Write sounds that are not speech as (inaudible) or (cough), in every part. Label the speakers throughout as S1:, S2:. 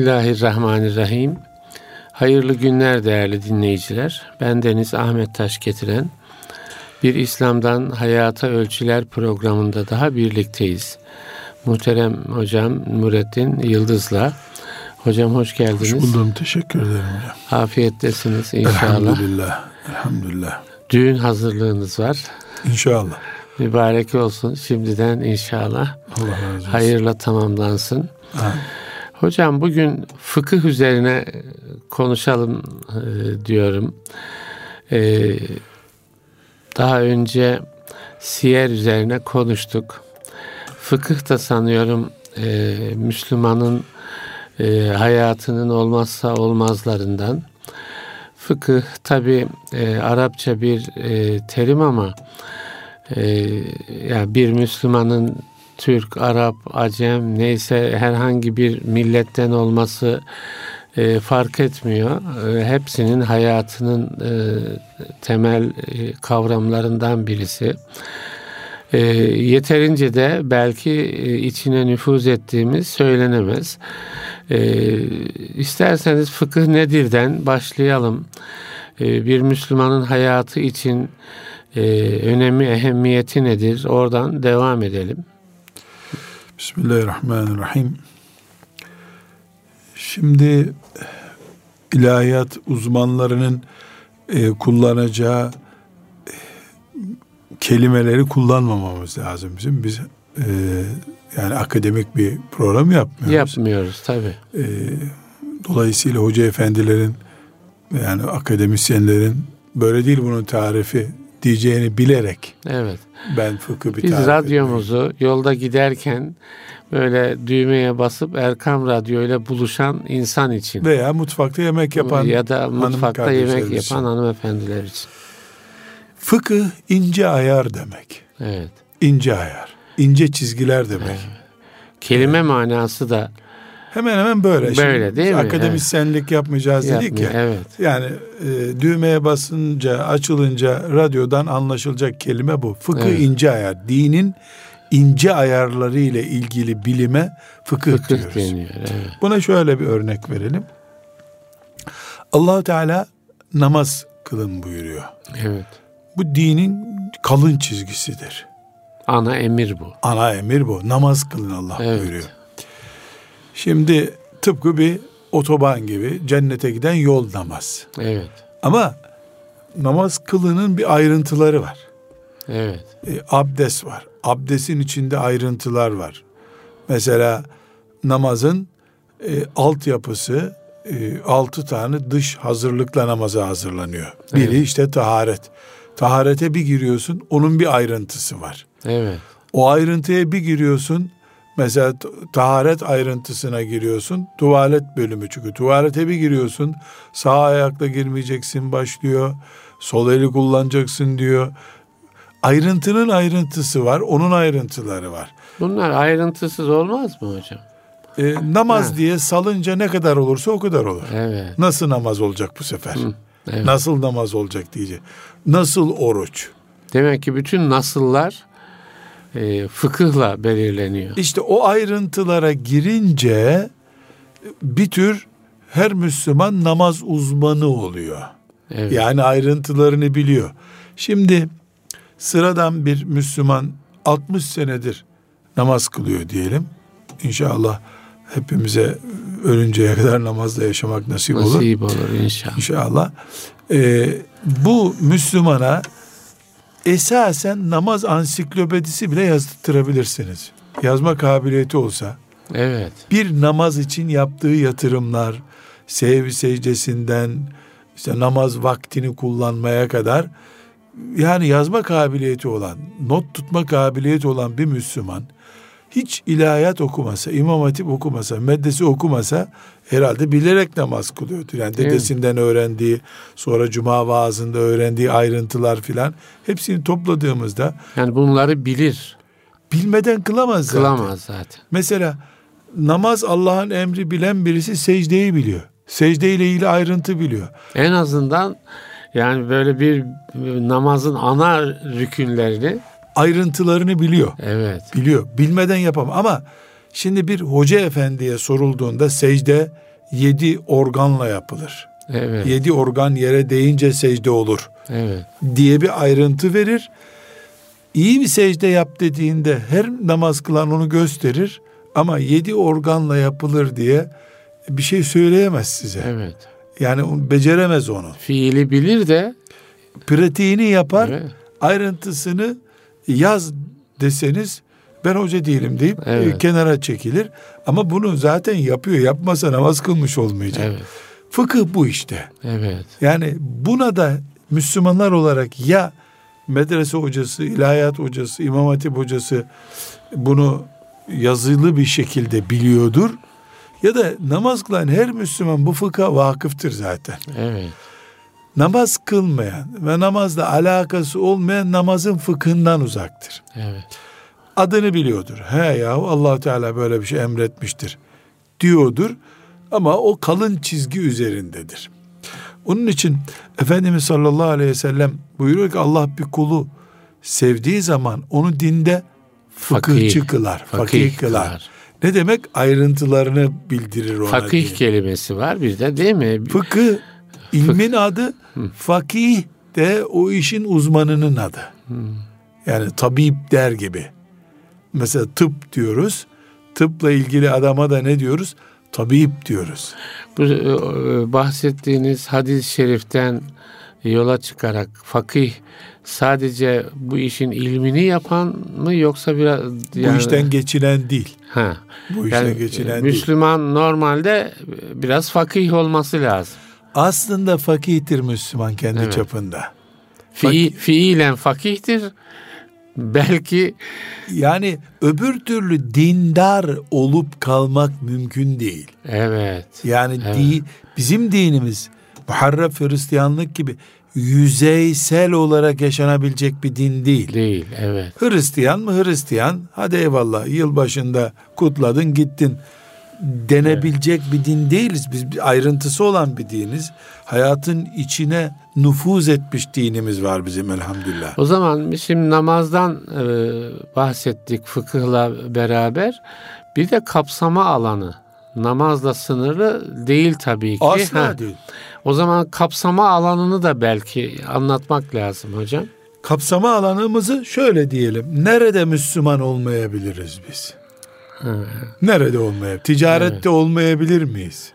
S1: Bismillahirrahmanirrahim. Hayırlı günler değerli dinleyiciler. Ben Deniz Ahmet Taş getiren bir İslam'dan Hayata Ölçüler programında daha birlikteyiz. Muhterem hocam Nurettin Yıldız'la. Hocam hoş geldiniz.
S2: Hoş buldum. Teşekkür ederim. hocam.
S1: Afiyettesiniz inşallah.
S2: Elhamdülillah. Elhamdülillah.
S1: Düğün hazırlığınız var.
S2: İnşallah.
S1: Mübarek olsun şimdiden inşallah.
S2: Allah razı olsun.
S1: Hayırla tamamlansın.
S2: Amin.
S1: Hocam bugün fıkıh üzerine konuşalım e, diyorum. E, daha önce siyer üzerine konuştuk. Fıkıh da sanıyorum e, Müslümanın e, hayatının olmazsa olmazlarından. Fıkıh tabi Arapça bir e, terim ama e, yani bir Müslümanın Türk, Arap, Acem neyse herhangi bir milletten olması e, fark etmiyor. E, hepsinin hayatının e, temel e, kavramlarından birisi. E, yeterince de belki e, içine nüfuz ettiğimiz söylenemez. E, isterseniz fıkıh nedirden başlayalım. E, bir Müslümanın hayatı için e, önemi, ehemmiyeti nedir? Oradan devam edelim.
S2: Bismillahirrahmanirrahim. Şimdi ilahiyat uzmanlarının e, kullanacağı e, kelimeleri kullanmamamız lazım bizim. Biz e, yani akademik bir program yapmıyoruz.
S1: Yapmıyoruz tabii.
S2: E, dolayısıyla hoca efendilerin yani akademisyenlerin böyle değil bunun tarifi diyeceğini bilerek
S1: Evet.
S2: ben fıkı bir
S1: Biz
S2: tarif
S1: radyomuzu yolda giderken böyle düğmeye basıp Erkam Radyo ile buluşan insan için
S2: Veya mutfakta yemek yapan
S1: ya da
S2: hanım
S1: mutfakta
S2: kardeşlerimiz
S1: yemek
S2: için.
S1: yapan hanımefendiler için.
S2: Fıkıh ince ayar demek.
S1: Evet.
S2: İnce ayar. İnce çizgiler demek.
S1: Kelime manası da
S2: Hemen hemen böyle.
S1: Böyle değil mi?
S2: Akademisyenlik yapmayacağız dedik
S1: yapmıyor.
S2: ya.
S1: Evet.
S2: Yani e, düğmeye basınca, açılınca radyodan anlaşılacak kelime bu. Fıkıh
S1: Evet.
S2: ince ayar. Dinin ince ayarları ile ilgili bilime fıkıh,
S1: Fıkıh
S2: diyoruz.
S1: deniyor. Evet.
S2: Buna şöyle bir örnek verelim. allah Teala namaz kılın buyuruyor.
S1: evet.
S2: Bu dinin kalın çizgisidir.
S1: Ana emir bu.
S2: Ana emir bu. Namaz kılın Allah
S1: Evet.
S2: buyuruyor. Şimdi tıpkı bir otoban gibi cennete giden yol namaz.
S1: Evet.
S2: Ama namaz kılının bir ayrıntıları var.
S1: Evet.
S2: E, abdest var. Abdestin içinde ayrıntılar var. Mesela namazın e, altyapısı e, altı tane dış hazırlıkla namaza hazırlanıyor. Biri
S1: Evet.
S2: işte taharet. Taharete bir giriyorsun onun bir ayrıntısı var.
S1: Evet.
S2: O ayrıntıya bir giriyorsun. Mesela t- taharet ayrıntısına giriyorsun. Tuvalet bölümü çünkü. Tuvalete bir giriyorsun. Sağ ayakla girmeyeceksin başlıyor. Sol eli kullanacaksın diyor. Ayrıntının ayrıntısı var. Onun ayrıntıları var.
S1: Bunlar ayrıntısız olmaz mı hocam?
S2: Ee, namaz
S1: Ha.
S2: diye salınca ne kadar olursa o kadar olur.
S1: Evet.
S2: Nasıl namaz olacak bu sefer?
S1: evet.
S2: Nasıl namaz olacak diyecek. Nasıl oruç?
S1: Demek ki bütün nasıllar e, fıkıhla belirleniyor.
S2: İşte o ayrıntılara girince bir tür her Müslüman namaz uzmanı oluyor.
S1: Evet.
S2: Yani ayrıntılarını biliyor. Şimdi sıradan bir Müslüman 60 senedir namaz kılıyor diyelim. İnşallah hepimize ölünceye kadar namazla yaşamak nasip olur.
S1: Nasip olur inşallah.
S2: İnşallah. Ee, bu Müslümana esasen namaz ansiklopedisi bile yazdırabilirsiniz. Yazma kabiliyeti olsa
S1: Evet.
S2: bir namaz için yaptığı yatırımlar, sev secdesinden işte namaz vaktini kullanmaya kadar yani yazma kabiliyeti olan, not tutma kabiliyeti olan bir Müslüman hiç ilahiyat okumasa, imam hatip okumasa, meddesi okumasa herhalde bilerek namaz kılıyordur. Yani
S1: Evet.
S2: dedesinden öğrendiği, sonra cuma vaazında öğrendiği ayrıntılar filan hepsini topladığımızda
S1: Yani bunları bilir.
S2: bilmeden kılamaz zaten.
S1: Kılamaz zaten.
S2: Mesela namaz Allah'ın emri bilen birisi secdeyi biliyor. Secde ile ilgili ayrıntı biliyor.
S1: En azından yani böyle bir e, namazın ana rükünlerini
S2: Ayrıntılarını biliyor.
S1: evet.
S2: Biliyor. Bilmeden yapamam ama Şimdi bir hoca efendiye sorulduğunda secde yedi organla yapılır.
S1: Evet.
S2: Yedi organ yere değince secde olur
S1: Evet.
S2: diye bir ayrıntı verir. İyi bir secde yap dediğinde her namaz kılan onu gösterir ama yedi organla yapılır diye bir şey söyleyemez size.
S1: Evet.
S2: Yani o beceremez onu.
S1: Fiili bilir de
S2: Pratiğini yapar,
S1: Evet.
S2: ayrıntısını yaz deseniz ben hoca değilim deyip
S1: Evet.
S2: e, kenara çekilir. Ama bunu zaten yapıyor. Yapmasa namaz kılmış olmayacak.
S1: Evet.
S2: Fıkıh bu işte.
S1: Evet.
S2: Yani buna da Müslümanlar olarak ya medrese hocası, ilahiyat hocası, imam hatip hocası bunu yazılı bir şekilde biliyordur. Ya da namaz kılan her Müslüman bu fıkha vakıftır zaten.
S1: Evet.
S2: Namaz kılmayan ve namazla alakası olmayan namazın fıkhından uzaktır.
S1: Evet.
S2: Adını biliyordur. He yahu allah Teala böyle bir şey emretmiştir diyordur. Ama o kalın çizgi üzerindedir. Onun için Efendimiz sallallahu aleyhi ve sellem buyuruyor ki Allah bir kulu sevdiği zaman onu dinde fıkıhçı
S1: Fakih.
S2: kılar, fakih,
S1: Fakih
S2: kılar.
S1: kılar.
S2: Ne demek? Ayrıntılarını bildirir ona. diye.
S1: Fakih kelimesi var bir de değil mi?
S2: Fıkıh ilmin adı, fakih de o işin uzmanının adı. Yani tabip der gibi. Mesela tıp diyoruz. Tıpla ilgili adama da ne diyoruz? Tabip diyoruz.
S1: Bu e, e, bahsettiğiniz hadis-i şeriften yola çıkarak fakih sadece bu işin ilmini yapan mı yoksa biraz
S2: Bu
S1: yani-
S2: işten geçilen değil.
S1: ha
S2: Bu işten
S1: yani e,
S2: geçilen değil.
S1: Müslüman normalde e, biraz fakih olması lazım.
S2: Aslında fakihtir Müslüman kendi çapında.
S1: Fi, fiilen fakihtir. Belki
S2: Yani öbür türlü dindar olup kalmak mümkün değil.
S1: evet.
S2: Yani
S1: Evet.
S2: di- bizim dinimiz Muharref Hristiyanlık gibi yüzeysel olarak yaşanabilecek bir din değil.
S1: Değil evet.
S2: Hristiyan mı Hristiyan? Hadi eyvallah yılbaşında kutladın gittin denebilecek bir din değiliz. Biz bir ayrıntısı olan bir diniz. Hayatın içine nüfuz etmiş dinimiz var bizim elhamdülillah.
S1: O zaman biz şimdi namazdan e, bahsettik fıkıhla beraber. Bir de kapsama alanı. Namazla sınırlı değil tabii ki.
S2: Asla
S1: Ha,
S2: değil.
S1: O zaman kapsama alanını da belki anlatmak lazım hocam.
S2: Kapsama alanımızı şöyle diyelim. Nerede Müslüman olmayabiliriz biz?
S1: Ha.
S2: Nerede olmayabilir? Ticarette olmayabilir miyiz?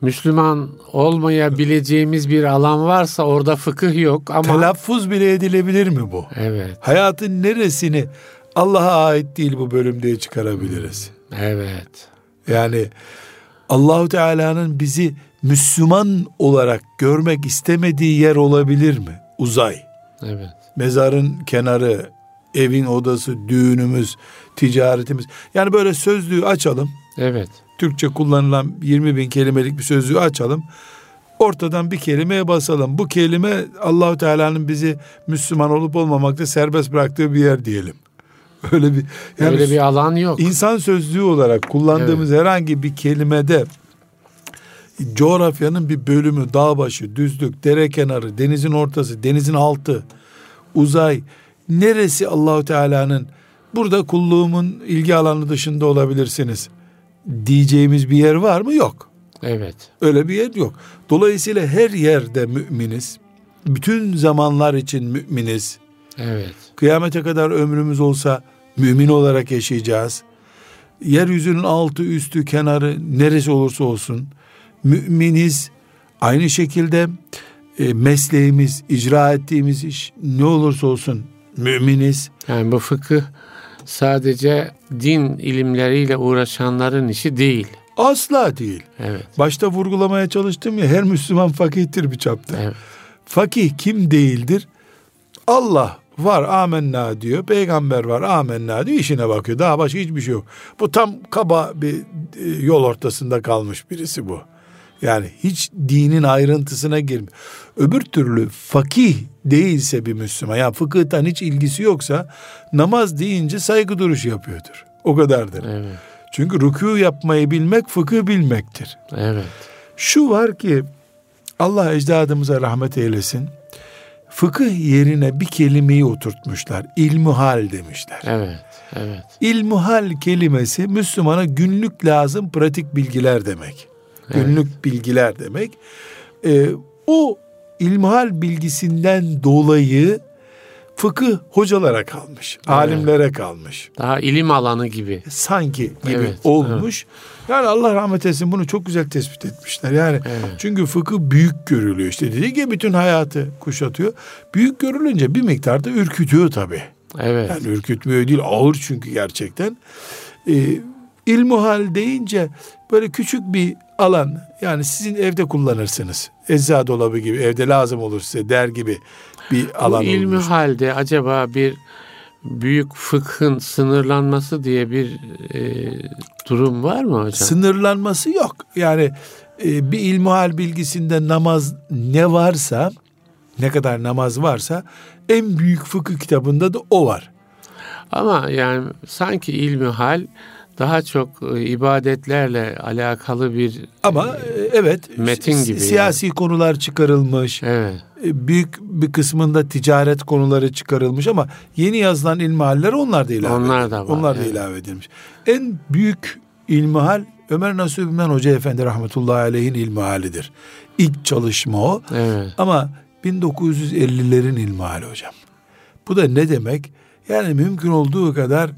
S1: Müslüman olmayabileceğimiz bir alan varsa orada fıkıh yok ama
S2: Telaffuz bile edilebilir mi bu?
S1: Evet,
S2: Hayatın neresini Allah'a ait değil bu bölüm diye çıkarabiliriz.
S1: evet.
S2: Yani Allahu Teala'nın bizi Müslüman olarak görmek istemediği yer olabilir mi? Uzay,
S1: Evet.
S2: mezarın kenarı, evin odası, düğünümüz, ticaretimiz. Yani böyle sözlüğü açalım.
S1: Evet.
S2: Türkçe kullanılan 20 bin kelimelik bir sözlüğü açalım. Ortadan bir kelimeye basalım. Bu kelime Allahu Teala'nın bizi Müslüman olup olmamakta serbest bıraktığı bir yer diyelim. (laughs) Öyle bir yani
S1: Öyle bir alan yok.
S2: insan sözlüğü olarak kullandığımız herhangi bir kelimede coğrafyanın bir bölümü dağ başı, düzlük, dere kenarı, denizin ortası, denizin altı, uzay neresi Allahu Teala'nın burada kulluğumun ilgi alanı dışında olabilirsiniz diyeceğimiz bir yer var mı? Yok.
S1: Evet.
S2: Öyle bir yer yok. Dolayısıyla her yerde müminiz. Bütün zamanlar için müminiz.
S1: Evet.
S2: Kıyamete kadar ömrümüz olsa mümin olarak yaşayacağız. Yeryüzünün altı, üstü, kenarı neresi olursa olsun müminiz. Aynı şekilde e, mesleğimiz, icra ettiğimiz iş ne olursa olsun müminiz.
S1: Yani bu fıkıh sadece din ilimleriyle uğraşanların işi değil.
S2: Asla değil.
S1: Evet.
S2: Başta vurgulamaya çalıştım ya her Müslüman fakihtir bir çapta.
S1: Evet.
S2: Fakih kim değildir? Allah var amenna diyor. Peygamber var amenna diyor. işine bakıyor. Daha başka hiçbir şey yok. Bu tam kaba bir e, yol ortasında kalmış birisi bu. Yani hiç dinin ayrıntısına girmiyor. Öbür türlü fakih değilse bir Müslüman yani fıkıhtan hiç ilgisi yoksa namaz deyince saygı duruşu yapıyordur. O kadardır.
S1: Evet.
S2: Çünkü rükû yapmayı bilmek fıkıh bilmektir.
S1: Evet.
S2: Şu var ki Allah ecdadımıza rahmet eylesin. fıkıh yerine bir kelimeyi oturtmuşlar. İlmuhal demişler.
S1: Evet, evet.
S2: İlmuhal kelimesi Müslümana günlük lazım pratik bilgiler demek. Günlük bilgiler demek. Ee, o ilmuhal bilgisinden dolayı fıkıh hocalara kalmış, alimlere kalmış.
S1: Daha ilim alanı gibi.
S2: Sanki gibi
S1: Evet,
S2: olmuş. Yani Allah rahmet etsin bunu çok güzel tespit etmişler. Yani
S1: Evet.
S2: çünkü fıkıh büyük görülüyor işte. Dediği gibi bütün hayatı kuşatıyor. Büyük görülünce bir miktarda ürkütüyor tabii.
S1: Evet.
S2: Yani ürkütmüyor değil ağır çünkü gerçekten. Ee, ilmuhal deyince böyle küçük bir alan yani sizin evde kullanırsınız. Ecza dolabı gibi evde lazım olur size der gibi bir alan
S1: Bu ilmi
S2: olmuş.
S1: halde acaba bir büyük fıkhın sınırlanması diye bir e, durum var mı hocam?
S2: Sınırlanması yok. Yani e, bir ilmuhal bilgisinde namaz ne varsa ne kadar namaz varsa en büyük fıkıh kitabında da o var.
S1: Ama yani sanki ilmi hal daha çok e, ibadetlerle alakalı bir
S2: Ama e, evet
S1: Hmm. Metin
S2: si-
S1: gibi
S2: siyasi konular çıkarılmış.
S1: evet
S2: E, büyük bir kısmında ticaret konuları çıkarılmış ama yeni yazılan ilmihaller onlar da ilave
S1: Onlar da
S2: edilmiş.
S1: var,
S2: Onlar da
S1: evet.
S2: ilave edilmiş. En büyük ilmihal Ömer Nasuh İbn Hoca Efendi rahmetullahi aleyhin ilmihalidir. İlk çalışma o.
S1: evet
S2: Ama 1950'lerin ilmihali hocam. Bu da ne demek? Yani mümkün olduğu kadar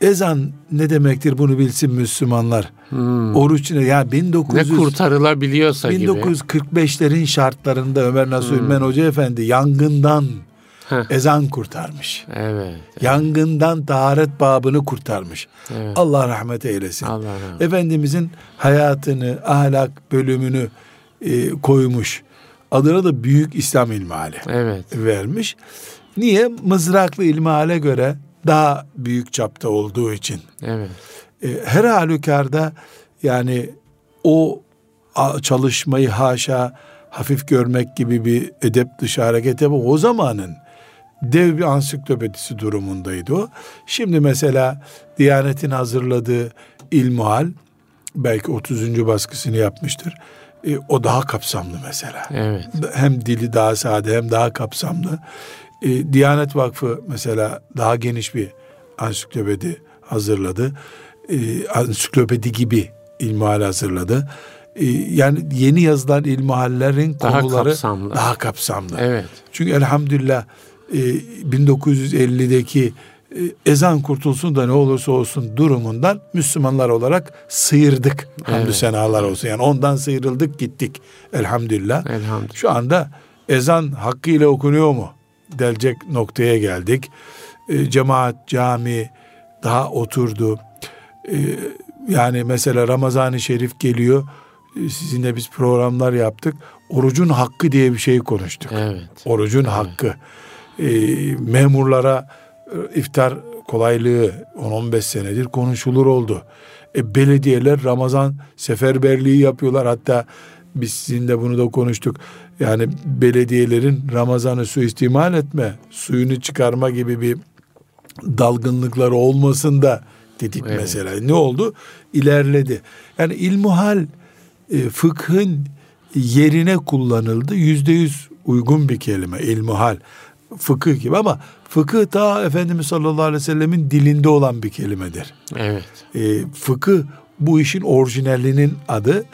S2: ezan ne demektir bunu bilsin Müslümanlar.
S1: Hmm.
S2: Oruç ne? Yani
S1: ne
S2: 1900
S1: kurtarılabiliyorsa gibi
S2: 1945'lerin şartlarında Ömer Nasuh
S1: Hmm.
S2: İlmen Hoca Efendi yangından
S1: Heh.
S2: ezan kurtarmış.
S1: evet
S2: Yangından taharet babını kurtarmış.
S1: evet
S2: Allah rahmet eylesin.
S1: Allah razı olsun.
S2: Efendimizin hayatını, ahlak bölümünü e, koymuş. Adına da büyük İslam ilmihali
S1: evet
S2: vermiş. Niye? Mızraklı ilmihale göre daha büyük çapta olduğu için.
S1: evet
S2: E, her halükarda yani o a- çalışmayı haşa hafif görmek gibi bir edep dışı hareket yapı o zamanın dev bir ansiklopedisi durumundaydı o. Şimdi mesela Diyanet'in hazırladığı İlmuhal belki 30. baskısını yapmıştır. E, o daha kapsamlı mesela
S1: evet
S2: hem dili daha sade hem daha kapsamlı. E, Diyanet Vakfı mesela daha geniş bir ansiklopedi hazırladı. E, ansiklopedi gibi ilmihal hazırladı. E, yani yeni yazılan ilmihallerin
S1: Daha
S2: konuları
S1: kapsamlı.
S2: daha kapsamlı.
S1: evet
S2: Çünkü elhamdülillah e, 1950'deki e, ezan kurtulsun da ne olursa olsun durumundan Müslümanlar olarak sıyırdık. Hamdü
S1: Evet.
S2: senalar olsun. Yani ondan sıyrıldık gittik elhamdülillah.
S1: elhamdülillah
S2: Şu anda ezan hakkıyla okunuyor mu? Delecek noktaya geldik. E, cemaat, cami daha oturdu. E, yani mesela Ramazan-ı Şerif geliyor. E, sizinle biz programlar yaptık. Orucun hakkı diye bir şey konuştuk.
S1: evet
S2: Orucun hakkı. E, memurlara e, iftar kolaylığı 10-15 senedir konuşulur oldu. E, belediyeler Ramazan seferberliği yapıyorlar. Hatta biz sizinle bunu da konuştuk. Yani belediyelerin Ramazan'ı suistimal etme, suyunu çıkarma gibi bir dalgınlıkları olmasın da dedik
S1: Evet.
S2: mesela. Ne oldu? İlerledi. Yani ilmuhal e, fıkhın yerine kullanıldı. Yüzde yüz uygun bir kelime ilmuhal. Fıkıh gibi ama fıkıh ta Efendimiz sallallahu aleyhi ve sellemin dilinde olan bir kelimedir.
S1: evet
S2: E, fıkıh bu işin orijinalinin adı.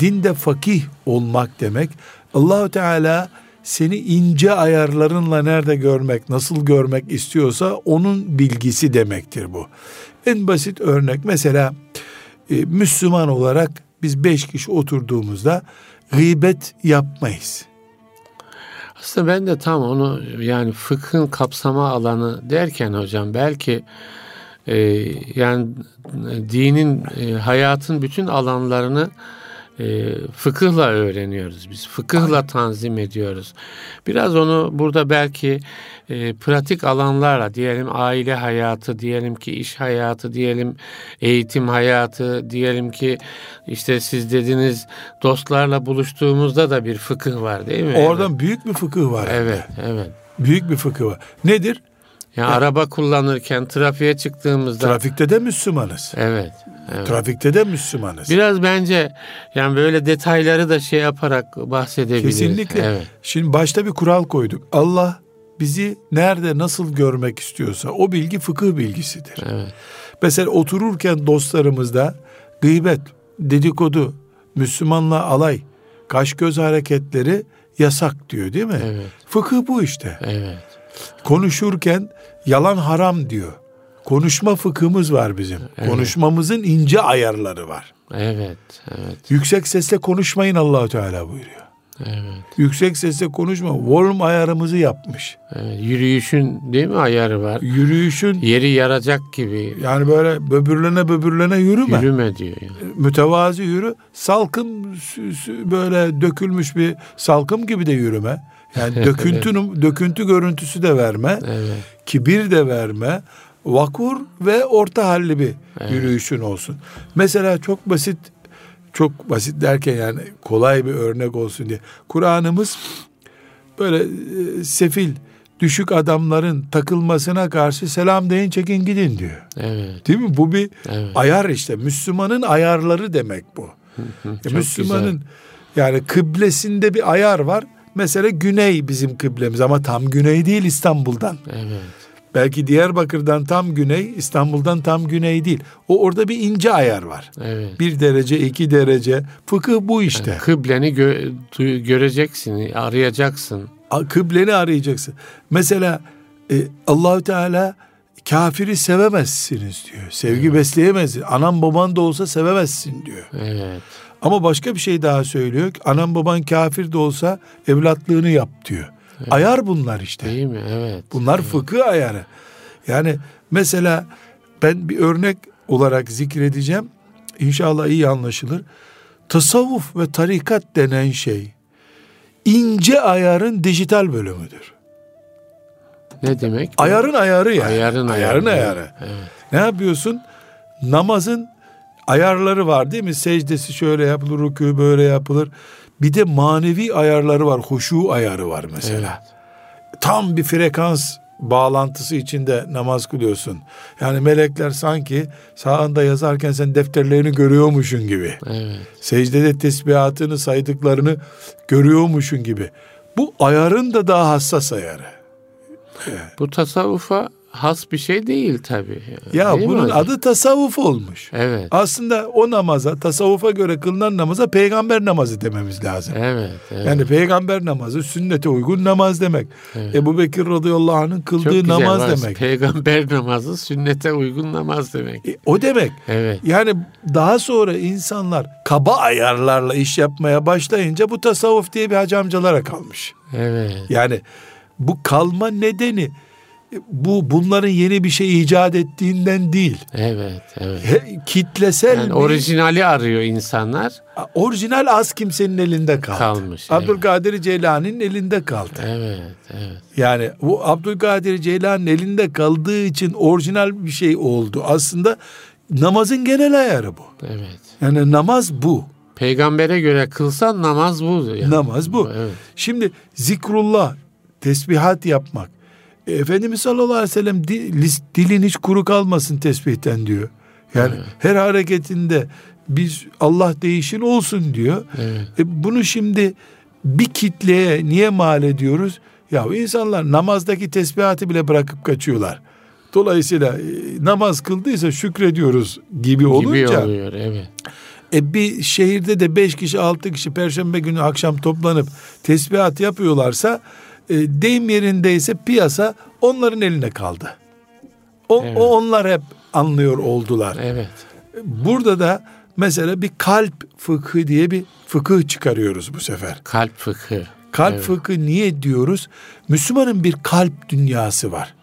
S2: Dinde fakih olmak demek. Allahu Teala seni ince ayarlarınla nerede görmek, nasıl görmek istiyorsa onun bilgisi demektir bu. En basit örnek mesela e, Müslüman olarak biz beş kişi oturduğumuzda gıybet yapmayız.
S1: Aslında ben de tam onu yani fıkhın kapsama alanı derken hocam belki e, yani dinin e, hayatın bütün alanlarını e, fıkıhla öğreniyoruz biz. Fıkıhla tanzim ediyoruz. Biraz onu burada belki e, pratik alanlarla diyelim aile hayatı, diyelim ki iş hayatı, diyelim eğitim hayatı, diyelim ki işte siz dediniz dostlarla buluştuğumuzda da bir fıkıh var değil mi?
S2: Oradan büyük bir fıkıh var.
S1: Evet, evet.
S2: Büyük bir fıkıh var. Nedir?
S1: Yani araba kullanırken trafiğe çıktığımızda
S2: Trafikte de Müslümanız.
S1: evet. evet.
S2: Trafikte de Müslümanız.
S1: Biraz bence yani böyle detayları da şey yaparak bahsedebiliriz.
S2: Kesinlikle.
S1: Evet.
S2: Şimdi başta bir kural koyduk. Allah bizi nerede nasıl görmek istiyorsa o bilgi fıkıh bilgisidir.
S1: Evet.
S2: Mesela otururken dostlarımızda gıybet, dedikodu, Müslümanla alay, kaş göz hareketleri yasak diyor değil mi?
S1: Evet.
S2: Fıkıh bu işte.
S1: Evet.
S2: Konuşurken yalan haram diyor. Konuşma fıkhımız var bizim. Konuşmamızın ince ayarları var.
S1: Evet. Evet.
S2: Yüksek sesle konuşmayın Allahu Teala buyuruyor.
S1: Evet.
S2: Yüksek sesle konuşma. Volume ayarımızı yapmış.
S1: evet. Yürüyüşün değil mi ayarı var?
S2: Yürüyüşün
S1: Yeri yaracak gibi
S2: yani böyle böbürlene böbürlene yürüme.
S1: yürüme diyor. yani.
S2: Mütevazi yürü. Salkım sü- sü- böyle dökülmüş bir salkım gibi de yürüme. Yani döküntü, döküntü görüntüsü de verme.
S1: Evet.
S2: Kibir de verme. Vakur ve orta halli bir yürüyüşün olsun. Mesela çok basit çok basit derken yani kolay bir örnek olsun diye. Kur'an'ımız böyle e, sefil, düşük adamların takılmasına karşı selam deyin çekin gidin diyor.
S1: Evet.
S2: Değil mi? Bu bir
S1: Evet.
S2: ayar işte. Müslümanın ayarları demek bu. Ya
S1: Çok
S2: Müslümanın yani kıblesinde bir ayar var. Mesela güney bizim kıblemiz ama tam güney değil İstanbul'dan.
S1: güzel. Evet.
S2: Belki Diyarbakır'dan tam güney, İstanbul'dan tam güney değil. O orada bir ince ayar var.
S1: Evet.
S2: Bir derece, iki derece. Fıkıh bu işte.
S1: Kıbleni gö- du- göreceksin, arayacaksın.
S2: A- Kıbleni arayacaksın. Mesela e, Allahü Teala kafiri sevemezsiniz diyor. Sevgi besleyemezsin. Anam baban da olsa sevemezsin diyor.
S1: Evet.
S2: Ama başka bir şey daha söylüyor. Anam baban kafir de olsa evlatlığını yap diyor. Ayar bunlar işte.
S1: Değil mi? Evet.
S2: Bunlar fıkıh ayarı. Yani mesela ben bir örnek olarak zikredeceğim. İnşallah iyi anlaşılır. Tasavvuf ve tarikat denen şey ince ayarın dijital bölümüdür.
S1: Ne demek? bu?
S2: Ayarın ayarı yani.
S1: Ayarın
S2: ayarı.
S1: ayarı.
S2: ayarı. Ne yapıyorsun? Namazın ayarları var değil mi? Secdesi şöyle yapılır, rükû böyle yapılır. Bir de manevi ayarları var. Huşu ayarı var mesela. Tam bir frekans bağlantısı içinde namaz kılıyorsun. Yani melekler sanki sağında yazarken sen defterlerini görüyormuşsun gibi.
S1: Evet.
S2: Secdede tesbihatını saydıklarını görüyormuşsun gibi. Bu ayarın da daha hassas ayarı.
S1: Bu tasavvufa has bir şey değil tabii.
S2: Ya
S1: Değil mi
S2: bunun
S1: hocam?
S2: adı tasavvuf olmuş.
S1: Evet.
S2: Aslında o namaza, tasavvufa göre kılınan namaza peygamber namazı dememiz lazım.
S1: Evet. evet.
S2: Yani peygamber namazı sünnete uygun namaz demek. Ebu Bekir radıyallahu anh'ın
S1: Çok
S2: kıldığı
S1: güzel
S2: namaz
S1: var.
S2: demek.
S1: Peygamber namazı sünnete uygun namaz demek.
S2: E, o demek.
S1: Evet.
S2: Yani daha sonra insanlar kaba ayarlarla iş yapmaya başlayınca bu tasavvuf diye bir hacı amcalara kalmış.
S1: Evet.
S2: Yani bu kalma nedeni e, bu bunların yeni bir şey icat ettiğinden değil.
S1: Evet. Evet.
S2: He- kitlesel
S1: Yani
S2: bir-
S1: orijinali arıyor insanlar.
S2: Orijinal az kimsenin elinde kaldı.
S1: Kalmış,
S2: Abdülkadir Ceylani'nin elinde kaldı.
S1: Evet. Evet.
S2: Yani bu Abdülkadir Ceylani'nin elinde kaldığı için orijinal bir şey oldu. Aslında namazın genel ayarı bu.
S1: Evet.
S2: Yani namaz bu.
S1: Peygambere göre kılsan namaz bu. yani.
S2: Namaz bu.
S1: Evet.
S2: Şimdi zikrullah, tesbihat yapmak. E, Efendimiz sallallahu aleyhi ve sellem di- lis- dilin hiç kuru kalmasın tesbihten diyor. Yani her hareketinde biz Allah değişin olsun diyor.
S1: Evet.
S2: E, bunu şimdi bir kitleye niye mal ediyoruz? Ya insanlar namazdaki tesbihatı bile bırakıp kaçıyorlar. Dolayısıyla e, namaz kıldıysa şükrediyoruz gibi olunca.
S1: Gibi oluyor. Evet.
S2: E bir şehirde de 5 kişi 6 kişi perşembe günü akşam toplanıp tesbihat yapıyorlarsa e, deyim yerindeyse piyasa onların eline kaldı. O,
S1: Evet.
S2: o onlar hep anlıyor oldular.
S1: Evet.
S2: Burada da mesela bir kalp fıkhı diye bir fıkıh çıkarıyoruz bu sefer.
S1: Kalp fıkhı.
S2: Kalp
S1: Evet.
S2: fıkhı niye diyoruz? Müslümanın bir kalp dünyası var.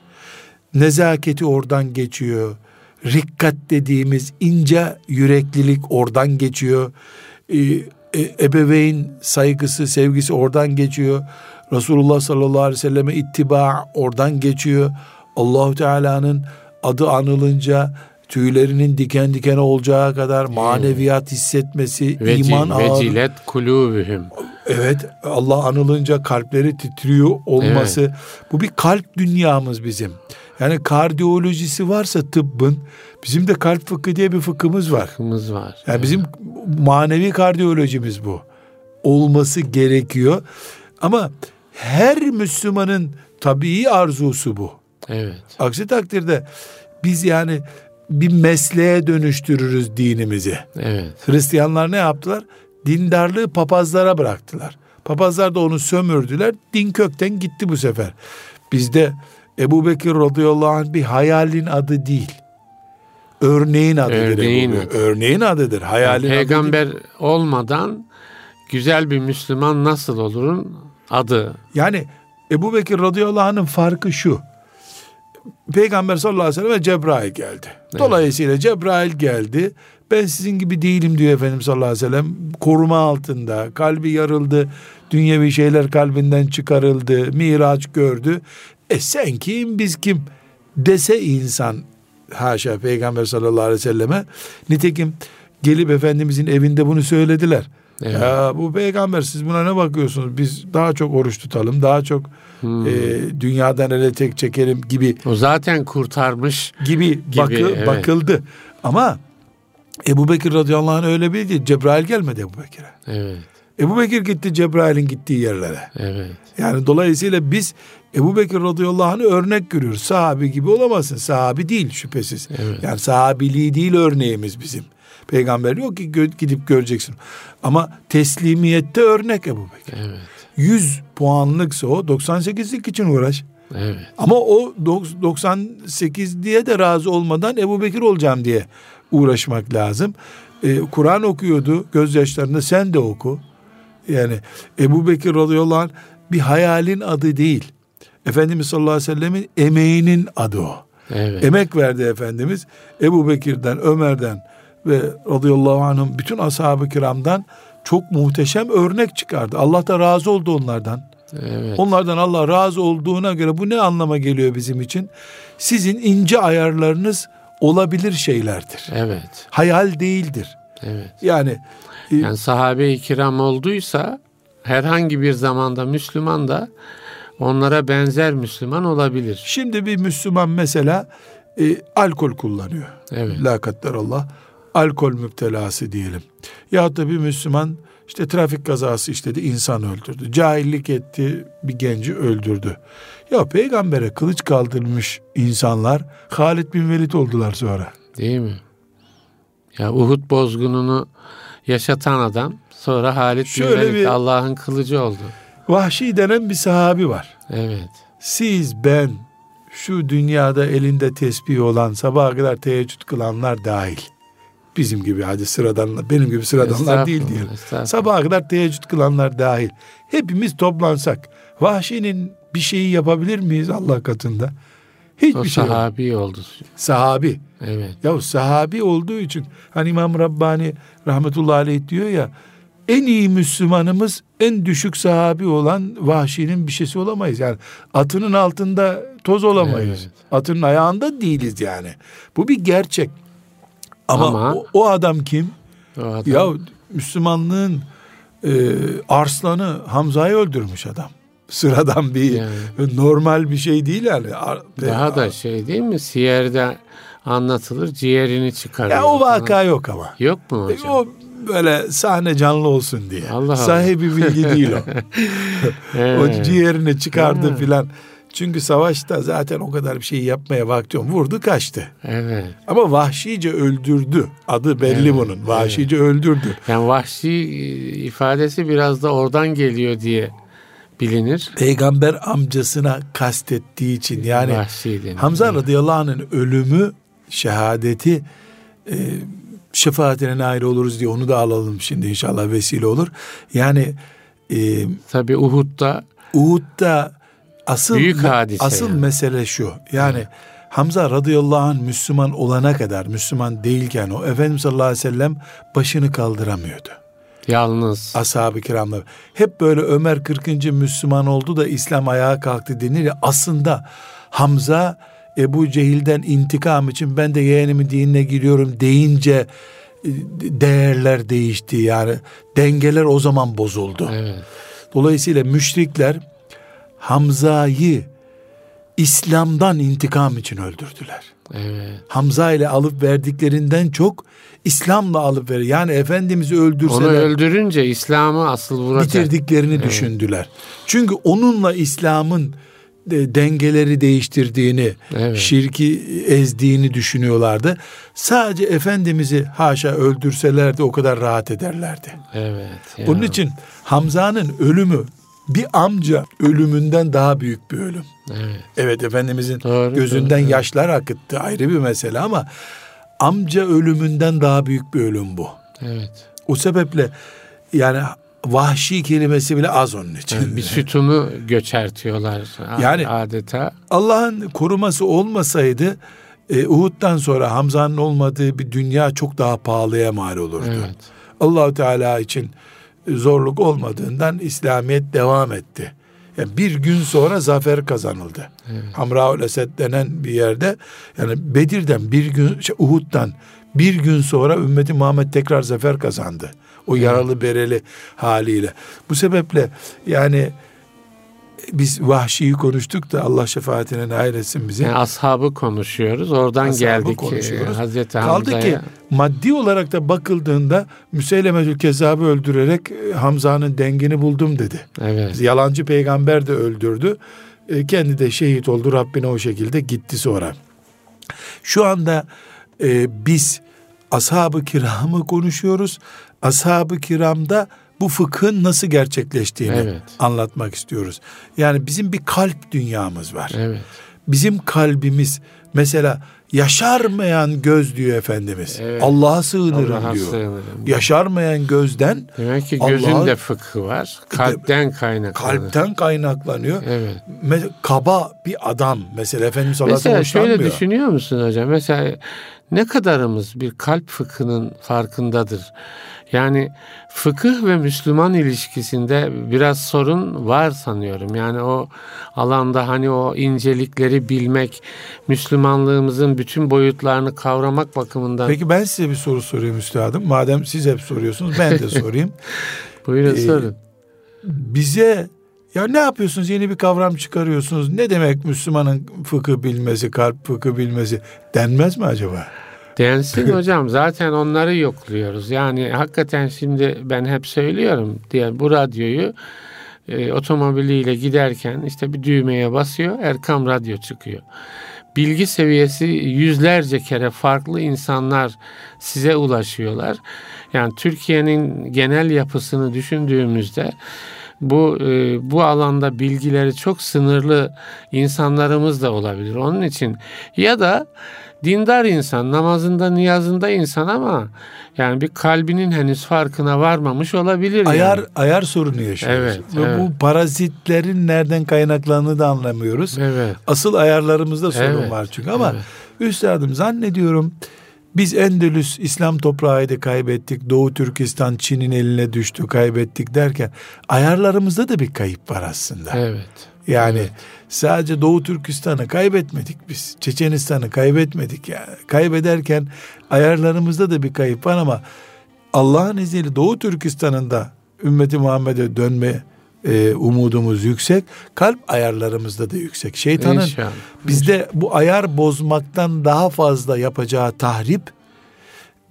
S2: Nezaketi oradan geçiyor. Rikkat dediğimiz ince yüreklilik oradan geçiyor. Ee, e- ebeveyn saygısı, sevgisi oradan geçiyor. Resulullah sallallahu aleyhi ve selleme ittiba oradan geçiyor. Allahu Teala'nın adı anılınca tüylerinin diken diken olacağı kadar maneviyat hissetmesi,
S1: Veci,
S2: iman ağır,
S1: vecilet kulubühüm.
S2: Evet Allah anılınca kalpleri titriyor olması. Bu bir kalp dünyamız bizim. Yani kardiyolojisi varsa tıbbın bizim de kalp fıkı diye bir fıkhımız var.
S1: Hakkımız var.
S2: Yani bizim manevi kardiyolojimiz bu. Olması gerekiyor. Ama her Müslümanın tabii arzusu bu.
S1: Evet.
S2: Aksi takdirde biz yani bir mesleğe dönüştürürüz dinimizi.
S1: Evet.
S2: Hristiyanlar ne yaptılar? Dindarlığı papazlara bıraktılar. Papazlar da onu sömürdüler. Din kökten gitti bu sefer. Bizde Ebu Bekir radıyallahu anh bir hayalin adı değil. Örneğin adıdır. Ebu
S1: Örneğin
S2: Bekir.
S1: adı.
S2: Örneğin adıdır. Hayalin adı değil.
S1: Peygamber olmadan güzel bir Müslüman nasıl olurun adı.
S2: Yani Ebu Bekir radıyallahu anh'ın farkı şu. Peygamber sallallahu aleyhi ve selleme Cebrail geldi. Dolayısıyla Cebrail geldi. Ben sizin gibi değilim diyor Efendimiz sallallahu aleyhi ve sellem. Koruma altında. Kalbi yarıldı. Dünyevi şeyler kalbinden çıkarıldı. Miraç gördü. E sen kim biz kim dese insan haşa Peygamber sallallahu aleyhi ve selleme. Nitekim gelip Efendimizin evinde bunu söylediler.
S1: Evet.
S2: Ya bu peygamber siz buna ne bakıyorsunuz? Biz daha çok oruç tutalım, daha çok
S1: Hmm.
S2: e, dünyadan ele tek çekelim gibi
S1: O zaten kurtarmış.
S2: gibi, bakı,
S1: evet.
S2: bakıldı. Ama Ebu Bekir radıyallahu anh öyle bir değil. Cebrail gelmedi Ebu Bekir'e.
S1: Evet.
S2: Ebu Bekir gitti Cebrail'in gittiği yerlere.
S1: Evet.
S2: Yani dolayısıyla biz Ebu Bekir radıyallahu anh'ı örnek görüyoruz. Sahabi gibi olamazsın. Sahabi değil şüphesiz.
S1: Evet.
S2: Yani sahabiliği değil örneğimiz bizim. Peygamber yok ki gö- gidip göreceksin. Ama teslimiyette örnek Ebu Bekir.
S1: Evet.
S2: 100 puanlıksa o 98'lik için uğraş.
S1: Evet.
S2: Ama o dok- 98 diye de razı olmadan Ebu Bekir olacağım diye uğraşmak lazım. Ee, Kur'an okuyordu gözyaşlarında sen de oku. Yani Ebu Bekir radıyallahu anh bir hayalin adı değil. Efendimiz sallallahu aleyhi ve sellemin emeğinin adı o.
S1: Evet.
S2: Emek verdi Efendimiz. Ebu Bekir'den, Ömer'den ve radıyallahu anh'ın bütün ashab-ı kiramdan çok muhteşem örnek çıkardı. Allah da razı oldu onlardan.
S1: Evet.
S2: Onlardan Allah razı olduğuna göre bu ne anlama geliyor bizim için? Sizin ince ayarlarınız olabilir şeylerdir.
S1: Evet.
S2: Hayal değildir.
S1: Evet.
S2: Yani e,
S1: Yani sahabe-i kiram olduysa herhangi bir zamanda Müslüman da onlara benzer Müslüman olabilir.
S2: şimdi bir Müslüman mesela e, alkol kullanıyor.
S1: Evet.
S2: la Allah alkol müptelası diyelim. Ya da bir Müslüman işte trafik kazası işledi, insan öldürdü. Cahillik etti, bir genci öldürdü. Ya peygambere kılıç kaldırmış insanlar Halid bin Velid oldular sonra.
S1: Değil mi? Ya Uhud bozgununu yaşatan adam sonra Halid bin
S2: Şöyle
S1: Velid
S2: bir-
S1: Allah'ın kılıcı oldu.
S2: Vahşi denen bir sahabi var.
S1: Evet.
S2: Siz, ben, şu dünyada elinde tesbih olan, sabaha kadar teheccüd kılanlar dahil. Bizim gibi hadi sıradanlar, benim gibi sıradanlar değil
S1: Estağfurullah,
S2: diyelim.
S1: estağfurullah.
S2: Sabaha kadar teheccüd kılanlar dahil. Hepimiz toplansak vahşinin bir şeyi yapabilir miyiz Allah katında? Hiçbir
S1: O
S2: şey yok.
S1: sahabi oldu.
S2: Sahabi.
S1: Evet.
S2: Ya sahabi olduğu için hani İmam Rabbani rahmetullahi aleyh diyor ya en iyi Müslümanımız en düşük sahabi olan vahşinin bir şeysi olamayız. Yani atının altında toz olamayız.
S1: Evet.
S2: Atının ayağında değiliz yani. Bu bir gerçek. Ama,
S1: Ama-
S2: o- o adam kim?
S1: O adam.
S2: Ya Müslümanlığın e, arslanı Hamza'yı öldürmüş adam. Sıradan bir
S1: Yani.
S2: normal bir şey değil yani. Ar-
S1: daha da şey değil mi? Siyer'de anlatılır ciğerini çıkarıyor.
S2: Ya o
S1: falan.
S2: vaka yok ama.
S1: Yok mu
S2: E,
S1: hocam?
S2: o böyle sahne canlı olsun diye.
S1: Allah Allah.
S2: Sahibi bilgi
S1: (laughs)
S2: değil o. o
S1: Evet.
S2: ciğerini çıkardı filan. Çünkü savaşta zaten o kadar bir şey yapmaya vakti yok. Vurdu kaçtı.
S1: Evet.
S2: Ama vahşice öldürdü. Adı belli
S1: Evet,
S2: bunun. Vahşice öldürdü.
S1: Yani vahşi e, ifadesi biraz da oradan geliyor diye bilinir.
S2: Peygamber amcasına kastettiği için yani
S1: vahşi denir.
S2: Hamza radıyallahu anh'ın ölümü, şehadeti e, şefaatine nail oluruz diye onu da alalım şimdi inşallah vesile olur. Yani e,
S1: Tabii Uhud'da
S2: Uhud'da asıl
S1: Büyük hadise
S2: asıl
S1: yani.
S2: mesele şu. Yani Hamza radıyallahu anh Müslüman olana kadar Müslüman değilken o Efendimiz sallallahu aleyhi ve sellem başını kaldıramıyordu.
S1: yalnız.
S2: Ashab-ı kiramla. Hep böyle Ömer 40. Müslüman oldu da İslam ayağa kalktı denir ya. Aslında Hamza Ebu Cehil'den intikam için ben de yeğenimin dinine giriyorum deyince e, değerler değişti yani dengeler o zaman bozuldu.
S1: Evet.
S2: Dolayısıyla müşrikler Hamza'yı İslam'dan intikam için öldürdüler.
S1: Evet.
S2: Hamza ile alıp verdiklerinden çok İslam'la alıp ver. Yani Efendimiz'i
S1: Onu
S2: öldürseler
S1: öldürünce İslam'ı asıl vuracak.
S2: bitirdiklerini düşündüler. Çünkü onunla İslam'ın e, dengeleri değiştirdiğini,
S1: Evet.
S2: şirki ezdiğini düşünüyorlardı. Sadece Efendimiz'i haşa öldürselerdi o kadar rahat ederlerdi.
S1: Evet. ya.
S2: Onun için Hamza'nın ölümü bir amca ölümünden daha büyük bir ölüm.
S1: Evet.
S2: Evet Efendimizin
S1: Doğru,
S2: gözünden yaşlar akıttı ayrı bir mesele ama amca ölümünden daha büyük bir ölüm bu.
S1: Evet.
S2: O sebeple yani vahşi kelimesi bile az onun için.
S1: Bir
S2: (laughs)
S1: sütunu göçertiyorlar a-
S2: Yani-
S1: adeta.
S2: Allah'ın koruması olmasaydı e, Uhud'dan sonra Hamza'nın olmadığı bir dünya çok daha pahalıya mal olurdu.
S1: Evet.
S2: Allahu Teala için e, zorluk olmadığından İslamiyet devam etti. Yani bir gün sonra zafer kazanıldı. Hamraül Esed denen bir yerde yani Bedir'den bir gün şey, Uhud'dan bir gün sonra ümmeti Muhammed tekrar zafer kazandı. O yaralı bereli haliyle. Bu sebeple yani biz vahşiyi konuştuk da Allah şefaatine nail etsin bizi.
S1: Yani ashabı konuşuyoruz. Oradan
S2: Ashabı
S1: geldik.
S2: konuşuyoruz.
S1: e, Hazreti
S2: Kaldı
S1: Hamza'ya.
S2: ki maddi olarak da bakıldığında Müseylemetül Kezzab'ı öldürerek e, Hamza'nın dengini buldum dedi.
S1: Evet.
S2: Yalancı peygamber de öldürdü. E, Kendi de şehit oldu Rabbine o şekilde gitti sonra. Şu anda e, biz ashab-ı kiramı konuşuyoruz. Ashab-ı kiramda bu fıkhın nasıl gerçekleştiğini
S1: Evet.
S2: anlatmak istiyoruz. Yani bizim bir kalp dünyamız var
S1: Evet.
S2: bizim kalbimiz mesela yaşarmayan göz diyor Efendimiz.
S1: Evet.
S2: Allah'a sığınırım
S1: Allah'a
S2: diyor.
S1: sığınırım.
S2: Yaşarmayan gözden
S1: Demek ki
S2: Allah-
S1: gözün de fıkhı var. Kalpten kaynaklanır.
S2: kalpten kaynaklanıyor.
S1: Evet.
S2: Me- kaba bir adam mesela Efendimiz sallallahu aleyhi
S1: Mesela
S2: ve sellem
S1: şöyle
S2: hoşlanmıyor.
S1: düşünüyor musun hocam? Mesela ne kadarımız bir kalp fıkhının farkındadır? Yani fıkıh ve Müslüman ilişkisinde biraz sorun var sanıyorum. Yani o alanda hani o incelikleri bilmek, Müslümanlığımızın bütün boyutlarını kavramak bakımından.
S2: Peki ben size bir soru sorayım üstadım. Madem siz hep soruyorsunuz ben
S1: (laughs)
S2: de sorayım.
S1: Buyurun
S2: Ee,
S1: sorun.
S2: Bize ya ne yapıyorsunuz yeni bir kavram çıkarıyorsunuz. Ne demek Müslümanın fıkı bilmesi, kalp fıkı bilmesi denmez mi acaba?
S1: Densin (laughs) hocam zaten onları yokluyoruz. Yani hakikaten şimdi ben hep söylüyorum diye bu radyoyu e, otomobiliyle giderken işte bir düğmeye basıyor Erkam Radyo çıkıyor. Bilgi seviyesi yüzlerce kere farklı insanlar size ulaşıyorlar. Yani Türkiye'nin genel yapısını düşündüğümüzde bu e, bu alanda bilgileri çok sınırlı insanlarımız da olabilir. Onun için ya da dindar insan, namazında, niyazında insan ama yani bir kalbinin henüz farkına varmamış olabilir.
S2: Ayar
S1: yani.
S2: ayar sorunu yaşıyoruz.
S1: Evet,
S2: Ve
S1: evet.
S2: bu parazitlerin nereden kaynaklandığını da anlamıyoruz.
S1: Evet.
S2: Asıl ayarlarımızda sorun
S1: Evet,
S2: var çünkü ama
S1: evet.
S2: üstadım zannediyorum biz Endülüs İslam toprağıydı kaybettik. Doğu Türkistan Çin'in eline düştü kaybettik derken ayarlarımızda da bir kayıp var aslında.
S1: Evet.
S2: Yani sadece Doğu Türkistan'ı kaybetmedik biz. Çeçenistan'ı kaybetmedik yani. Kaybederken ayarlarımızda da bir kayıp var ama Allah'ın izniyle Doğu Türkistan'ında ümmeti Muhammed'e dönme e, umudumuz yüksek. Kalp ayarlarımızda da yüksek. Şeytanın
S1: İnşallah.
S2: bizde bu ayar bozmaktan daha fazla yapacağı tahrip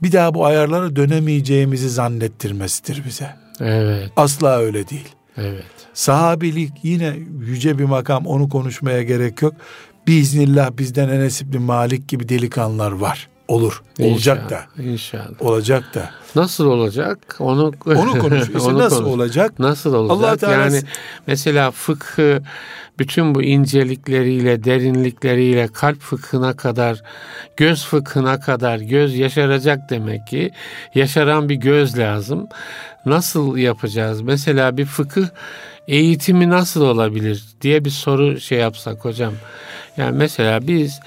S2: bir daha bu ayarlara dönemeyeceğimizi zannettirmesidir bize.
S1: Evet.
S2: Asla öyle değil.
S1: Evet.
S2: Sahabilik yine yüce bir makam onu konuşmaya gerek yok. Biiznillah bizden Enes İbni Malik gibi delikanlılar var. Olur. Olacak da.
S1: İnşallah, İnşallah.
S2: Olacak da.
S1: Nasıl olacak? Onu (laughs)
S2: Onu konuşuyoruz.
S1: onu
S2: nasıl
S1: konuş-
S2: olacak?
S1: Nasıl olacak?
S2: Allah Teala-
S1: yani mesela fıkhı bütün bu incelikleriyle, derinlikleriyle, kalp fıkhına kadar, göz fıkhına kadar göz yaşaracak demek ki. Yaşaran bir göz lazım. Nasıl yapacağız? Mesela bir fıkıh eğitimi nasıl olabilir diye bir soru şey yapsak hocam. Yani mesela biz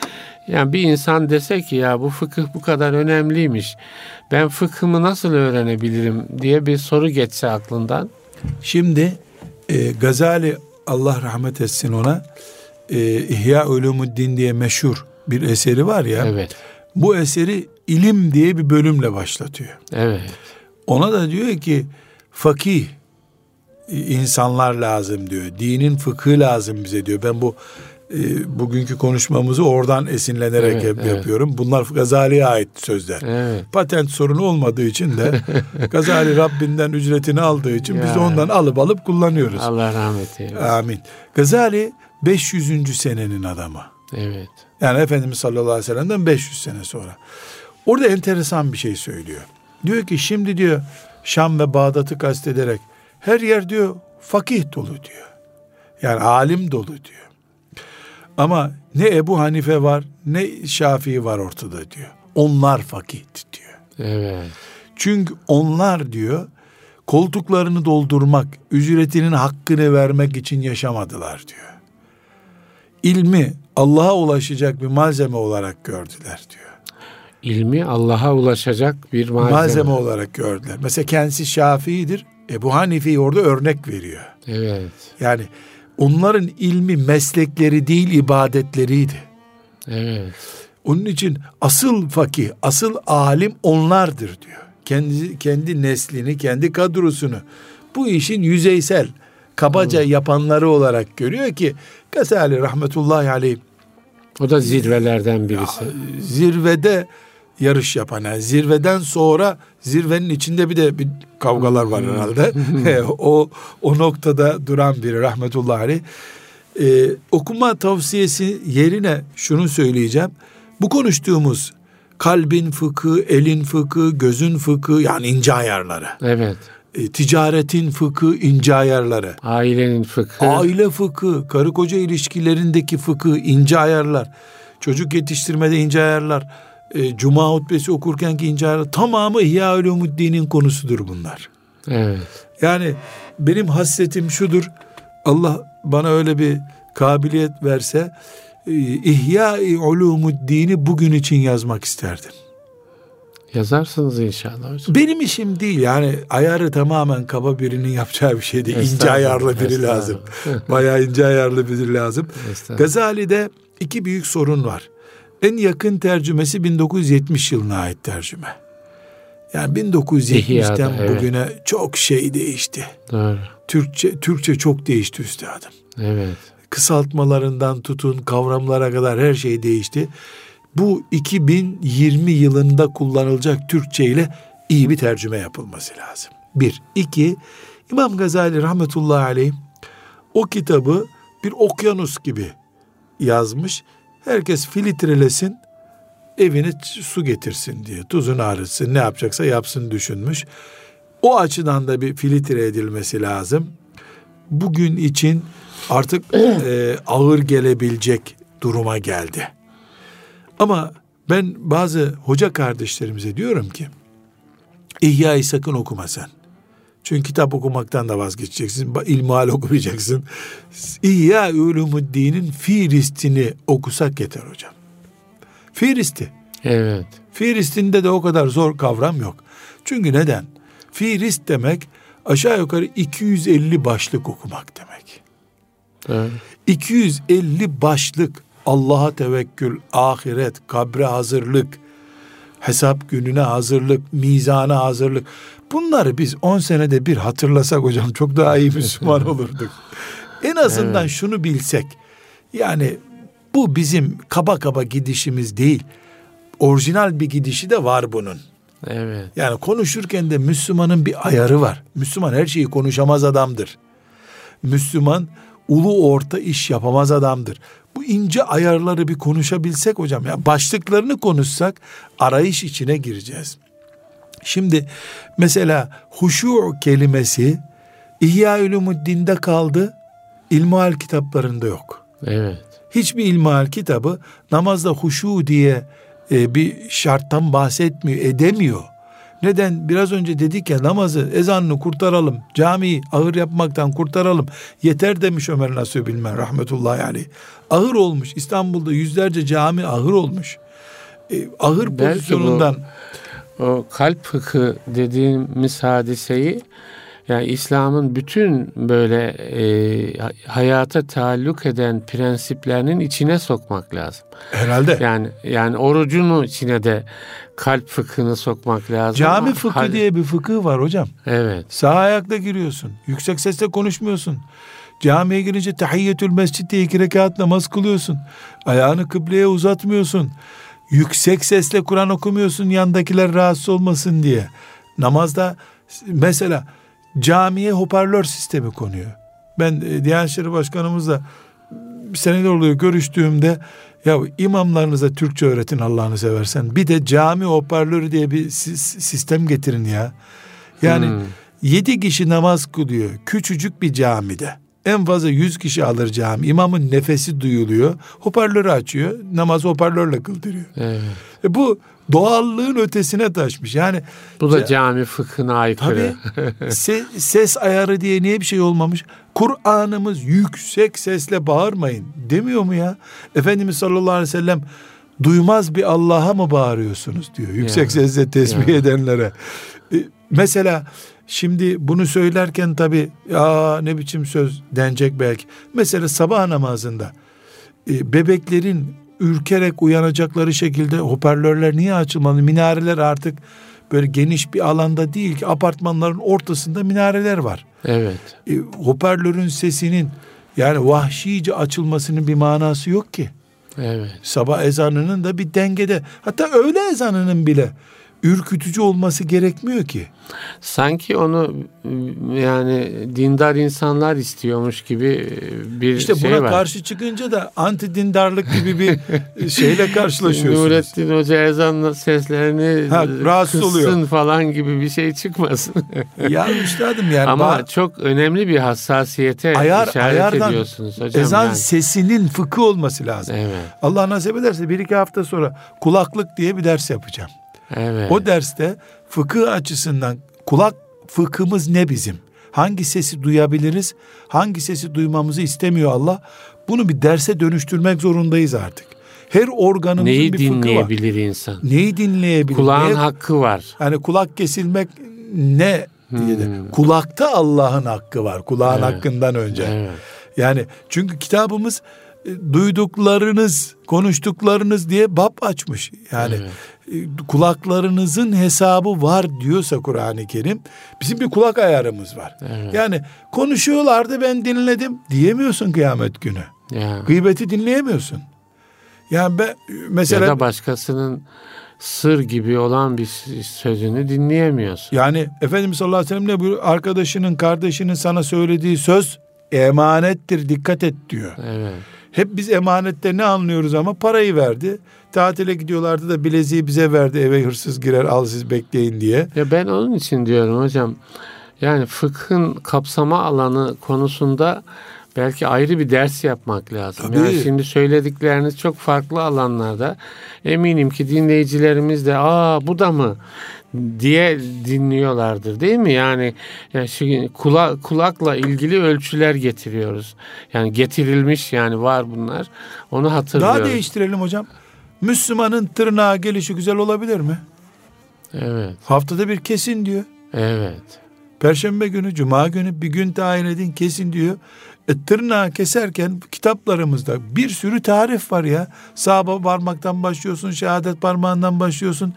S1: yani bir insan dese ki ya bu fıkıh bu kadar önemliymiş. Ben fıkhımı nasıl öğrenebilirim diye bir soru geçse aklından.
S2: Şimdi e, Gazali Allah rahmet etsin ona e, İhya Ulumuddin diye meşhur bir eseri var ya.
S1: Evet.
S2: Bu eseri ilim diye bir bölümle başlatıyor.
S1: Evet.
S2: Ona da diyor ki fakih e, insanlar lazım diyor. Dinin fıkhı lazım bize diyor. Ben bu e, bugünkü konuşmamızı oradan esinlenerek
S1: Evet,
S2: hep
S1: evet.
S2: yapıyorum. Bunlar Gazali'ye ait sözler.
S1: Evet.
S2: Patent sorunu olmadığı
S1: (laughs)
S2: için de Gazali Rabbinden ücretini aldığı için biz de
S1: Ya.
S2: ondan alıp alıp kullanıyoruz.
S1: Allah rahmet eylesin.
S2: Amin. Gazali 500. senenin adamı.
S1: Evet.
S2: Yani Efendimiz sallallahu aleyhi ve sellem'den 500 sene sonra. Orada enteresan bir şey söylüyor. Diyor ki şimdi diyor Şam ve Bağdat'ı kastederek her yer diyor fakih dolu diyor. Yani alim dolu diyor. Ama ne Ebu Hanife var ne Şafii var ortada diyor. Onlar fakih diyor.
S1: Evet.
S2: Çünkü onlar diyor koltuklarını doldurmak, ücretinin hakkını vermek için yaşamadılar diyor. İlmi Allah'a ulaşacak bir malzeme olarak gördüler diyor.
S1: İlmi Allah'a ulaşacak bir malzeme.
S2: Malzeme, olarak gördüler. Mesela kendisi Şafii'dir. Ebu Hanife'yi orada örnek veriyor.
S1: Evet.
S2: Yani onların ilmi meslekleri değil ibadetleriydi.
S1: Evet.
S2: Onun için asıl fakih, asıl alim onlardır diyor. Kendi, kendi neslini, kendi kadrosunu bu işin yüzeysel, kabaca yapanları olarak görüyor ki Gazali rahmetullahi aleyh
S1: O da zirvelerden birisi.
S2: zirvede yarış yapan yani zirveden sonra zirvenin içinde bir de bir kavgalar var herhalde. (laughs) o o noktada duran biri rahmetullahi aleyh. Ee, okuma tavsiyesi yerine şunu söyleyeceğim. Bu konuştuğumuz kalbin fıkı, elin fıkı, gözün fıkı yani ince ayarları.
S1: Evet.
S2: Ee, ticaretin fıkı, ince ayarları.
S1: Ailenin fıkhı.
S2: Aile fıkı, karı koca ilişkilerindeki fıkı, ince ayarlar, çocuk yetiştirmede ince ayarlar, e, cuma hutbesi okurkenki ince ayarlar tamamı İhya Ulumuddin'in konusudur bunlar.
S1: Evet.
S2: Yani benim hasretim şudur. Allah bana öyle bir kabiliyet verse e, İhya Ulumuddin'i bugün için yazmak isterdim.
S1: Yazarsınız inşallah hocam.
S2: Benim işim değil yani ayarı tamamen kaba birinin yapacağı bir şey değil. İnce
S1: Estağfurullah,
S2: ayarlı biri lazım.
S1: estağfurullah.
S2: Bayağı ince ayarlı biri lazım.
S1: Estağfurullah.
S2: Gazali'de iki büyük sorun var. En yakın tercümesi 1970 yılına ait tercüme. Yani 1970'ten
S1: İhya'da, evet.
S2: bugüne çok şey değişti.
S1: Doğru.
S2: Türkçe Türkçe çok değişti üstadım.
S1: Evet.
S2: Kısaltmalarından tutun kavramlara kadar her şey değişti. Bu 2020 yılında kullanılacak Türkçe ile iyi bir tercüme yapılması lazım. Bir. iki İmam Gazali rahmetullahi aleyh o kitabı bir okyanus gibi yazmış. Herkes filtrelesin, evine ç- su getirsin diye. Tuzunu arıtsın, ne yapacaksa yapsın düşünmüş. O açıdan da bir filtre edilmesi lazım. Bugün için artık e, ağır gelebilecek duruma geldi. Ama ben bazı hoca kardeşlerimize diyorum ki İhya'yı sakın okuma sen. Çünkü kitap okumaktan da vazgeçeceksin. Ba- İlmihal okumayacaksın. İhya Ulumuddin'in Firistin'i okusak yeter hocam. Firisti.
S1: Evet.
S2: Filistin'de de o kadar zor kavram yok. Çünkü neden? Firist demek aşağı yukarı 250 başlık okumak demek.
S1: Doğru.
S2: 250 başlık Allah'a tevekkül, ahiret, kabre hazırlık, hesap gününe hazırlık, mizana hazırlık. Bunları biz 10 senede bir hatırlasak hocam çok daha iyi Müslüman olurduk. En azından şunu bilsek. Yani bu bizim kaba kaba gidişimiz değil. Orijinal bir gidişi de var bunun.
S1: Evet.
S2: Yani konuşurken de Müslümanın bir ayarı var. Müslüman her şeyi konuşamaz adamdır. Müslüman ulu orta iş yapamaz adamdır. Bu ince ayarları bir konuşabilsek hocam ya başlıklarını konuşsak arayış içine gireceğiz. Şimdi mesela huşu kelimesi İhya Ulumuddin'de kaldı. İlmihal kitaplarında yok.
S1: Evet.
S2: Hiçbir ilmihal kitabı namazda huşu diye e, bir şarttan bahsetmiyor, edemiyor. Neden? Biraz önce dedik ya namazı, ezanını kurtaralım, camiyi ağır yapmaktan kurtaralım. Yeter demiş Ömer Nasuh Bilmen rahmetullahi aleyh. Ağır olmuş. İstanbul'da yüzlerce cami ağır olmuş. E, ağır
S1: Belki
S2: pozisyonundan
S1: O kalp fıkı dediğimiz hadiseyi yani İslam'ın bütün böyle e, ha- hayata taalluk eden prensiplerinin içine sokmak lazım.
S2: herhalde
S1: Yani yani orucun içine de kalp fıkhını sokmak lazım.
S2: cami
S1: Ama
S2: fıkı
S1: hal-
S2: diye bir fıkı var hocam.
S1: Evet.
S2: Sağ ayakla giriyorsun. Yüksek sesle konuşmuyorsun. Camiye girince tahiyyetül mescid diye iki rekat namaz kılıyorsun. Ayağını kıbleye uzatmıyorsun. Yüksek sesle Kur'an okumuyorsun yandakiler rahatsız olmasın diye. Namazda mesela camiye hoparlör sistemi konuyor. Ben e, Diyanet İşleri Başkanımızla seneler oluyor görüştüğümde ya imamlarınıza Türkçe öğretin Allah'ını seversen. Bir de cami hoparlörü diye bir sis- sistem getirin ya. Yani
S1: Hmm.
S2: yedi kişi namaz kılıyor küçücük bir camide. En fazla yüz kişi alır cami. İmamın nefesi duyuluyor. Hoparlörü açıyor. Namazı hoparlörle kıldırıyor.
S1: Evet.
S2: E bu doğallığın ötesine taşmış. Yani
S1: Bu da
S2: Ya-
S1: cami fıkhına aykırı.
S2: Tabii. (laughs) Se- ses ayarı diye niye bir şey olmamış? Kur'an'ımız yüksek sesle bağırmayın demiyor mu ya? Efendimiz sallallahu aleyhi ve sellem duymaz bir Allah'a mı bağırıyorsunuz diyor. Yüksek
S1: Ya.
S2: sesle tesbih
S1: Ya.
S2: edenlere. E, mesela şimdi bunu söylerken tabii ya ne biçim söz denecek belki. Mesela sabah namazında e, bebeklerin ürkerek uyanacakları şekilde hoparlörler niye açılmalı? Minareler artık böyle geniş bir alanda değil ki apartmanların ortasında minareler var.
S1: (laughs) Evet.
S2: E, hoparlörün sesinin yani vahşice açılmasının bir manası yok ki.
S1: Evet.
S2: Sabah ezanının da bir dengede hatta öğle ezanının bile ürkütücü olması gerekmiyor ki.
S1: Sanki onu m, yani dindar insanlar istiyormuş gibi bir
S2: İşte
S1: şey
S2: buna
S1: var.
S2: karşı çıkınca da anti dindarlık gibi
S1: (laughs)
S2: bir şeyle karşılaşıyorsunuz.
S1: Nurettin Hoca ezan seslerini
S2: Ha,
S1: e,
S2: rahatsız
S1: kıssın
S2: oluyor.
S1: falan gibi bir şey çıkmasın.
S2: ya üstadım (laughs) yani
S1: Ama
S2: ba-
S1: çok önemli bir hassasiyete
S2: Ayar-
S1: işaret
S2: ayardan
S1: ediyorsunuz hocam.
S2: ezan
S1: yani.
S2: sesinin fıkı olması lazım.
S1: Evet.
S2: Allah nasip ederse bir iki hafta sonra kulaklık diye bir ders yapacağım.
S1: Evet.
S2: O derste fıkıh açısından kulak fıkhımız ne bizim? Hangi sesi duyabiliriz? Hangi sesi duymamızı istemiyor Allah? Bunu bir derse dönüştürmek zorundayız artık. Her organımızın
S1: Neyi
S2: bir fıkhı var.
S1: dinleyebilir insan?
S2: Neyi dinleyebilir?
S1: Kulağın
S2: Neye-
S1: hakkı var.
S2: yani Hani kulak kesilmek ne diye de.
S1: Hmm.
S2: Kulakta Allah'ın hakkı var. Kulağın
S1: Evet.
S2: hakkından önce.
S1: Evet.
S2: Yani çünkü kitabımız e, duyduklarınız, konuştuklarınız diye bab açmış. Yani e, kulaklarınızın hesabı var diyorsa Kur'an-ı Kerim bizim bir kulak ayarımız var.
S1: Evet.
S2: Yani konuşuyorlardı ben dinledim diyemiyorsun kıyamet günü.
S1: Ya.
S2: Gıybeti dinleyemiyorsun. Yani ben e,
S1: ya
S2: mesela
S1: da başkasının sır gibi olan bir s- sözünü dinleyemiyorsun.
S2: Yani Efendimiz sallallahu aleyhi ve sellem ne buyuruyor? Arkadaşının, kardeşinin sana söylediği söz emanettir dikkat et diyor.
S1: Evet.
S2: Hep biz emanette ne anlıyoruz ama parayı verdi. Tatile gidiyorlardı da bileziği bize verdi eve hırsız girer al siz bekleyin diye.
S1: Ya ben onun için diyorum hocam. Yani fıkhın kapsama alanı konusunda belki ayrı bir ders yapmak lazım.
S2: Tabii.
S1: Yani şimdi söyledikleriniz çok farklı alanlarda. Eminim ki dinleyicilerimiz de aa bu da mı diye dinliyorlardır değil mi? Yani, yani şimdi kula, kulakla ilgili ölçüler getiriyoruz. Yani getirilmiş yani var bunlar. Onu hatırlıyoruz.
S2: Daha değiştirelim hocam. Müslümanın tırnağa gelişi güzel olabilir mi?
S1: Evet.
S2: Haftada bir kesin diyor.
S1: Evet. (laughs)
S2: Perşembe günü, cuma günü bir gün tayin edin kesin diyor. E, tırnağı keserken kitaplarımızda bir sürü tarif var ya. Sağ parmaktan başlıyorsun, şehadet parmağından başlıyorsun.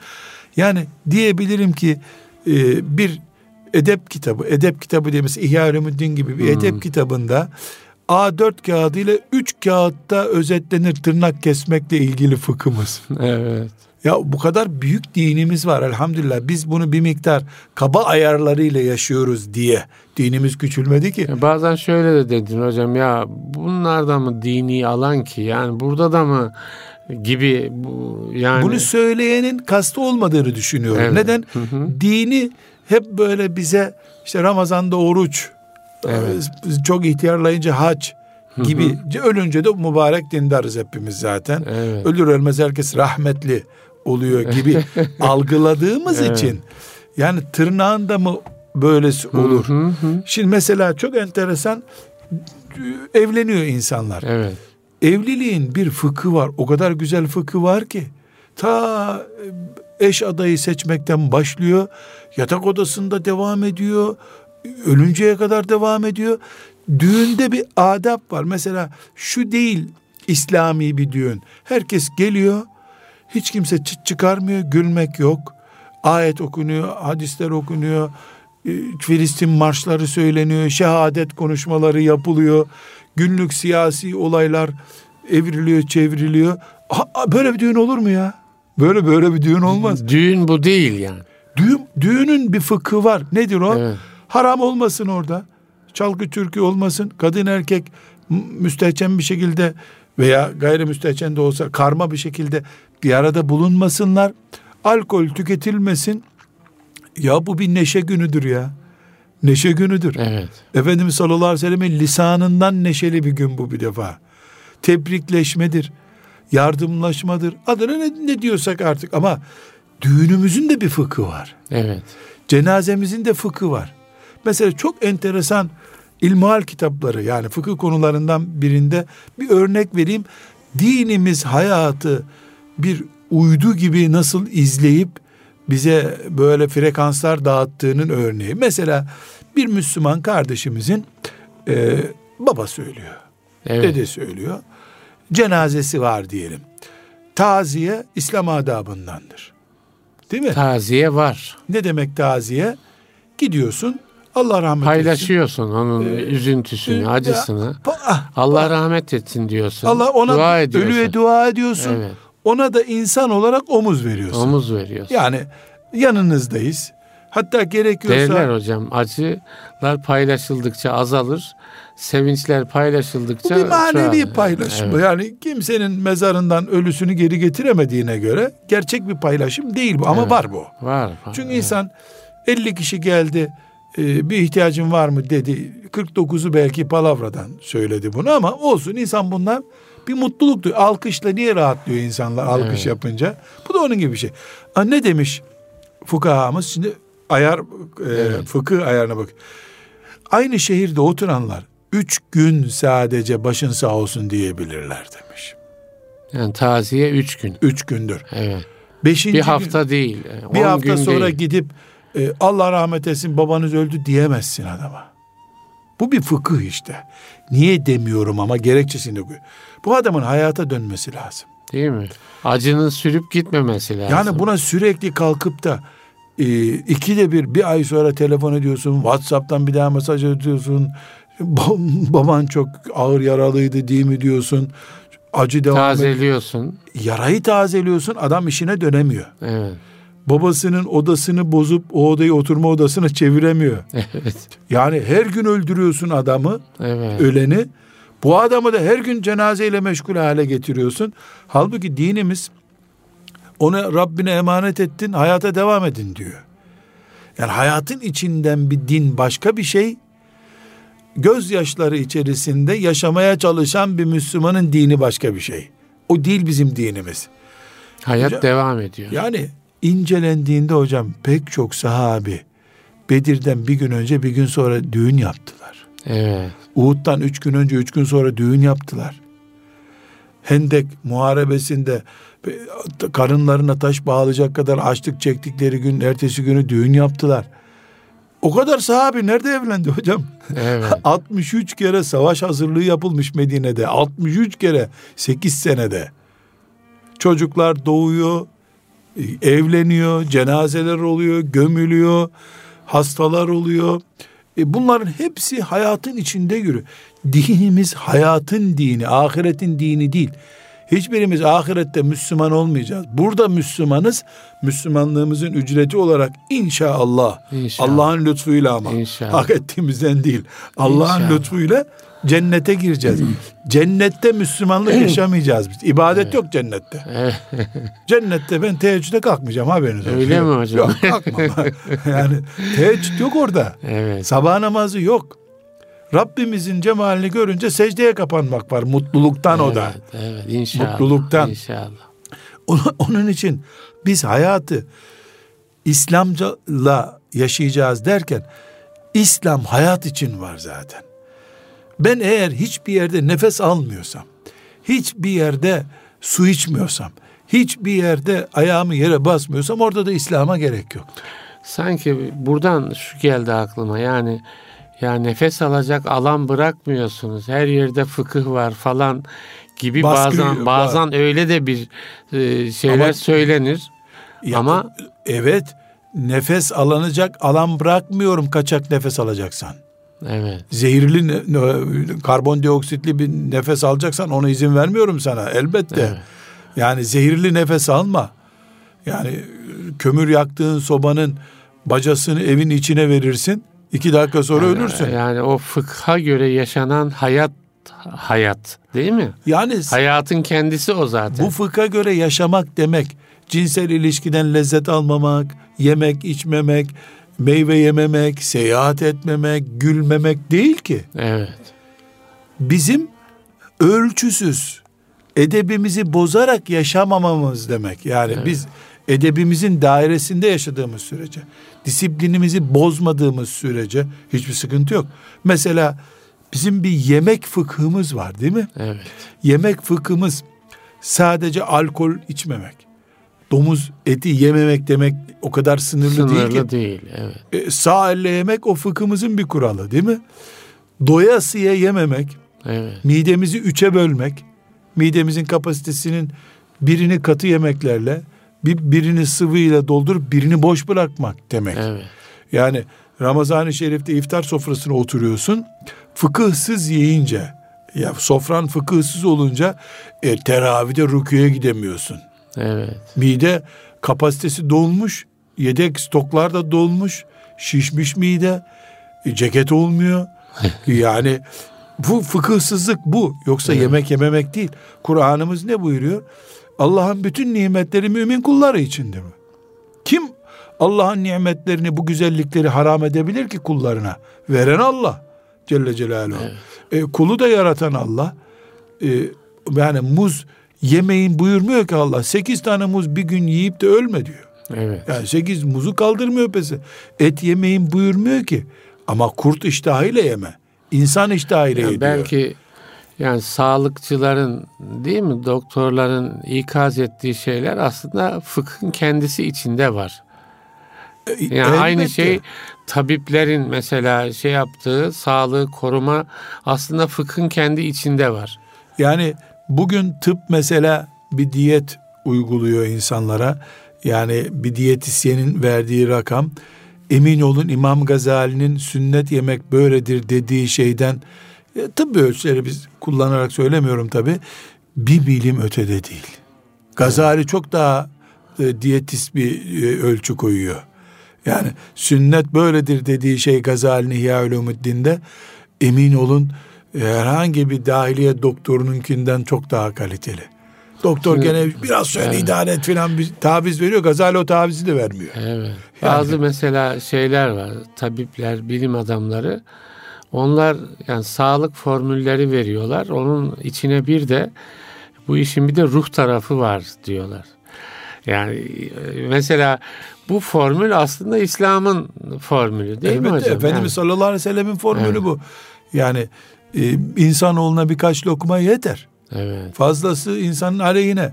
S2: Yani diyebilirim ki e, bir edep kitabı, edep kitabı diye mesela İhya Ulumuddin gibi bir edep kitabında A4 kağıdı ile 3 kağıtta özetlenir tırnak kesmekle ilgili fıkhımız.
S1: Evet.
S2: Ya bu kadar büyük dinimiz var elhamdülillah. Biz bunu bir miktar kaba ayarlarıyla yaşıyoruz diye dinimiz küçülmedi ki.
S1: Ya Bazen şöyle de dedin hocam ya bunlar da mı dini alan ki yani burada da mı gibi bu, yani
S2: Bunu söyleyenin kastı olmadığını düşünüyorum.
S1: Evet.
S2: Neden?
S1: Hı hı.
S2: Dini hep böyle bize işte Ramazan'da oruç,
S1: Evet.
S2: e, çok ihtiyarlayınca hac gibi ölünce de mübarek dindarız hepimiz zaten.
S1: evet.
S2: ölür ölmez herkes rahmetli oluyor
S1: (laughs)
S2: gibi algıladığımız
S1: Evet.
S2: için yani tırnağında mı böylesi olur?
S1: Hı hı.
S2: Şimdi mesela çok enteresan evleniyor insanlar.
S1: Evet.
S2: Evliliğin bir fıkı var. O kadar güzel fıkı var ki ta e, eş adayı seçmekten başlıyor. Yatak odasında devam ediyor. Ölünceye kadar devam ediyor. Düğünde bir adab var. Mesela şu değil İslami bir düğün. Herkes geliyor. Hiç kimse çıt çıkarmıyor. Gülmek yok. Ayet okunuyor, hadisler okunuyor. e, Filistin marşları söyleniyor, şehadet konuşmaları yapılıyor. Günlük siyasi olaylar evriliyor, çevriliyor. Ha- ha, böyle bir düğün olur mu ya? Böyle böyle bir düğün olmaz.
S1: Düğün bu değil yani.
S2: Düğün, düğünün bir fıkhı var. Nedir o?
S1: Evet.
S2: Haram olmasın orada. Çalgı türkü olmasın. Kadın erkek m- müstehcen bir şekilde veya gayrimüstehcen de olsa karma bir şekilde bir arada bulunmasınlar. Alkol tüketilmesin. Ya bu bir neşe günüdür ya. Neşe günüdür.
S1: Evet.
S2: Efendimiz sallallahu aleyhi ve sellemin lisanından neşeli bir gün bu bir defa. Tebrikleşmedir, yardımlaşmadır. Adına ne, ne diyorsak artık ama düğünümüzün de bir fıkı var.
S1: Evet.
S2: Cenazemizin de fıkı var. Mesela çok enteresan ilmihal kitapları yani fıkıh konularından birinde bir örnek vereyim. Dinimiz hayatı bir uydu gibi nasıl izleyip bize böyle frekanslar dağıttığının örneği. Mesela bir Müslüman kardeşimizin e, babası ölüyor,
S1: Evet.
S2: dedesi ölüyor. Cenazesi var diyelim. Taziye İslam adabındandır. Değil mi?
S1: Taziye var.
S2: Ne demek taziye? Gidiyorsun Allah rahmet etsin.
S1: Paylaşıyorsun onun üzüntüsünü,
S2: Ee,
S1: acısını.
S2: Pa- ah,
S1: Allah rahmet etsin diyorsun.
S2: Allah ona
S1: dua ediyorsun.
S2: ölüye dua ediyorsun.
S1: Evet.
S2: Ona da insan olarak omuz veriyorsun.
S1: Omuz veriyorsun.
S2: Yani yanınızdayız. Hatta gerekiyorsa
S1: Derler hocam acılar paylaşıldıkça azalır. Sevinçler
S2: bu
S1: paylaşıldıkça
S2: bir manevi
S1: çoğalır.
S2: paylaşım.
S1: Evet.
S2: Yani kimsenin mezarından ölüsünü geri getiremediğine göre gerçek bir paylaşım değil bu ama
S1: Evet.
S2: var bu.
S1: Var. var.
S2: Çünkü
S1: Evet.
S2: insan 50 kişi geldi e, bir ihtiyacın var mı dedi. 49'u belki palavradan söyledi bunu ama olsun insan bundan bir mutluluktu. Alkışla niye rahatlıyor insanlar alkış
S1: Evet.
S2: yapınca? Bu da onun gibi bir şey. Ha, ne demiş fukahamız? Şimdi ayar e, fıkıh ayarına bak. Aynı şehirde oturanlar üç gün sadece başın sağ olsun diyebilirler demiş.
S1: Yani taziye 3 gün.
S2: Üç gündür.
S1: Evet.
S2: Beşinci
S1: Bir
S2: gün-
S1: hafta değil. e,
S2: bir
S1: on
S2: hafta
S1: gün
S2: sonra
S1: değil.
S2: gidip e, Allah rahmet etsin babanız öldü diyemezsin adama. Bu bir fıkıh işte. Niye demiyorum ama gerekçesini de koy. Bu adamın hayata dönmesi lazım.
S1: Değil mi? Acının sürüp gitmemesi lazım.
S2: Yani buna sürekli kalkıp da e, ikide bir bir ay sonra telefon ediyorsun. Whatsapp'tan bir daha mesaj atıyorsun. Bab- Baban çok ağır yaralıydı değil mi diyorsun. Acı devam ediyor.
S1: tazeliyorsun.
S2: Yarayı tazeliyorsun adam işine dönemiyor.
S1: Evet. (laughs)
S2: babasının odasını bozup o odayı oturma odasına çeviremiyor.
S1: Evet.
S2: Yani her gün öldürüyorsun adamı,
S1: Evet.
S2: öleni. Bu adamı da her gün cenazeyle meşgul hale getiriyorsun. Halbuki dinimiz ona Rabbine emanet ettin, hayata devam edin diyor. Yani hayatın içinden bir din başka bir şey. Gözyaşları içerisinde yaşamaya çalışan bir Müslümanın dini başka bir şey. O değil bizim dinimiz.
S1: Hayat
S2: Hocam-
S1: devam ediyor.
S2: Yani incelendiğinde hocam pek çok sahabi Bedir'den bir gün önce bir gün sonra düğün yaptılar.
S1: Evet.
S2: Uhud'dan üç gün önce üç gün sonra düğün yaptılar. Hendek muharebesinde e, karınlarına taş bağlayacak kadar açlık çektikleri gün ertesi günü düğün yaptılar. O kadar sahabi nerede evlendi hocam? (laughs)
S1: Evet.
S2: 63 kere savaş hazırlığı yapılmış Medine'de. 63 kere 8 senede. Çocuklar doğuyor, evleniyor, cenazeler oluyor, gömülüyor, hastalar oluyor. E bunların hepsi hayatın içinde yürü. Dinimiz hayatın dini, ahiretin dini değil. Hiçbirimiz ahirette Müslüman olmayacağız. Burada Müslümanız, Müslümanlığımızın ücreti olarak inşallah,
S1: İnşallah.
S2: Allah'ın lütfuyla ama
S1: İnşallah.
S2: hak ettiğimizden değil. Allah'ın
S1: İnşallah.
S2: lütfuyla
S1: (clears throat)
S2: cennete gireceğiz. cennette Müslümanlık yaşamayacağız biz. İbadet yok cennette.
S1: Evet.
S2: Cennette ben teheccüde kalkmayacağım haberiniz olsun.
S1: Öyle mi
S2: Yok,
S1: hocam? (laughs)
S2: Yok kalkmam. yani teheccüd yok orada.
S1: Evet.
S2: Sabah namazı yok. Rabbimizin cemalini görünce secdeye kapanmak var mutluluktan o da.
S1: Evet, evet. İnşallah.
S2: Mutluluktan.
S1: İnşallah.
S2: Onun, onun için biz hayatı İslamcıla yaşayacağız derken İslam hayat için var zaten. Ben eğer hiçbir yerde nefes almıyorsam, hiçbir yerde su içmiyorsam, hiçbir yerde ayağımı yere basmıyorsam orada da İslam'a gerek yok.
S1: Sanki buradan şu geldi aklıma yani ya nefes alacak alan bırakmıyorsunuz. Her yerde fıkıh var falan gibi
S2: Baskı
S1: bazen
S2: var.
S1: bazen öyle de bir e, şeyler
S2: Ama-
S1: söylenir.
S2: Ya-
S1: Ama
S2: evet nefes alanacak alan bırakmıyorum kaçak nefes alacaksan.
S1: Evet.
S2: Zehirli ne- ne- karbondioksitli bir nefes alacaksan ona izin vermiyorum sana elbette.
S1: Evet.
S2: Yani zehirli nefes alma. Yani e, kömür yaktığın sobanın bacasını evin içine verirsin. iki dakika sonra ölürsün.
S1: Yani o fıkha göre yaşanan hayat hayat değil mi?
S2: Yani s-
S1: Hayatın kendisi o zaten.
S2: bu fıkha göre yaşamak demek cinsel ilişkiden lezzet almamak, yemek içmemek, meyve yememek, seyahat etmemek, gülmemek değil ki.
S1: Evet.
S2: bizim ölçüsüz edebimizi bozarak yaşamamamız demek. Yani biz edebimizin dairesinde yaşadığımız sürece, disiplinimizi bozmadığımız sürece hiçbir sıkıntı yok. Mesela bizim bir yemek fıkhımız var değil mi?
S1: Evet.
S2: Yemek fıkhımız sadece alkol içmemek, domuz eti yememek demek o kadar sınırlı,
S1: Sınırlı
S2: değil ki.
S1: değil, Evet.
S2: E, sağ elle yemek o fıkhımızın bir kuralı değil mi? Doyasıya yememek,
S1: Evet.
S2: midemizi üçe bölmek, midemizin kapasitesinin birini katı yemeklerle, bir, birini sıvıyla doldurup birini boş bırakmak demek.
S1: Evet.
S2: Yani Ramazan-ı Şerif'te iftar sofrasına oturuyorsun, fıkıhsız yiyince, ya sofran fıkıhsız olunca e, teravide rüküye gidemiyorsun.
S1: Evet.
S2: Mide kapasitesi dolmuş, yedek stoklar da dolmuş, şişmiş mide, e, ceket olmuyor. yani bu fıkıhsızlık bu. Yoksa yemek yememek değil. Kur'an'ımız ne buyuruyor? Allah'ın bütün nimetleri mümin kulları içindir. mi? Kim Allah'ın nimetlerini bu güzellikleri haram edebilir ki kullarına? Veren Allah Celle Celaluhu. E, kulu da yaratan Allah. E, yani muz yemeyin buyurmuyor ki Allah. Sekiz tane muz bir gün yiyip de ölme diyor.
S1: Evet.
S2: Yani sekiz muzu kaldırmıyor pesi. Et yemeyin buyurmuyor ki. Ama kurt iştahıyla yeme. İnsan iştahıyla
S1: Yani
S2: yediyor.
S1: belki yani sağlıkçıların değil mi doktorların ikaz ettiği şeyler aslında fıkhın kendisi içinde var.
S2: E,
S1: Yani aynı
S2: elbette.
S1: şey tabiplerin mesela şey yaptığı sağlığı koruma aslında fıkhın kendi içinde var.
S2: Yani bugün tıp mesela bir diyet uyguluyor insanlara. Yani bir diyetisyenin verdiği rakam emin olun İmam Gazali'nin sünnet yemek böyledir dediği şeyden e, tıbbi ölçüleri biz kullanarak söylemiyorum tabi bir bilim ötede değil. Gazali çok daha e, diyetist bir e, ölçü koyuyor. Yani sünnet böyledir dediği şey Gazali'nin İhya Ulumuddin'de emin olun e, herhangi bir dahiliye doktorununkinden çok daha kaliteli. Doktor
S1: Şimdi-
S2: gene biraz söyle
S1: Evet.
S2: idare et filan bir taviz veriyor. Gazali o tavizi de vermiyor.
S1: Evet. Bazı mesela şeyler var. Tabipler, bilim adamları onlar yani sağlık formülleri veriyorlar. Onun içine bir de bu işin bir de ruh tarafı var diyorlar. Yani e, mesela bu formül aslında İslam'ın formülü değil mi
S2: Elbette
S1: hocam?
S2: Efendimiz
S1: Yani-
S2: sallallahu aleyhi ve sellemin formülü
S1: Evet.
S2: bu. Yani e, insanoğluna birkaç lokma yeter.
S1: evet.
S2: Fazlası insanın aleyhine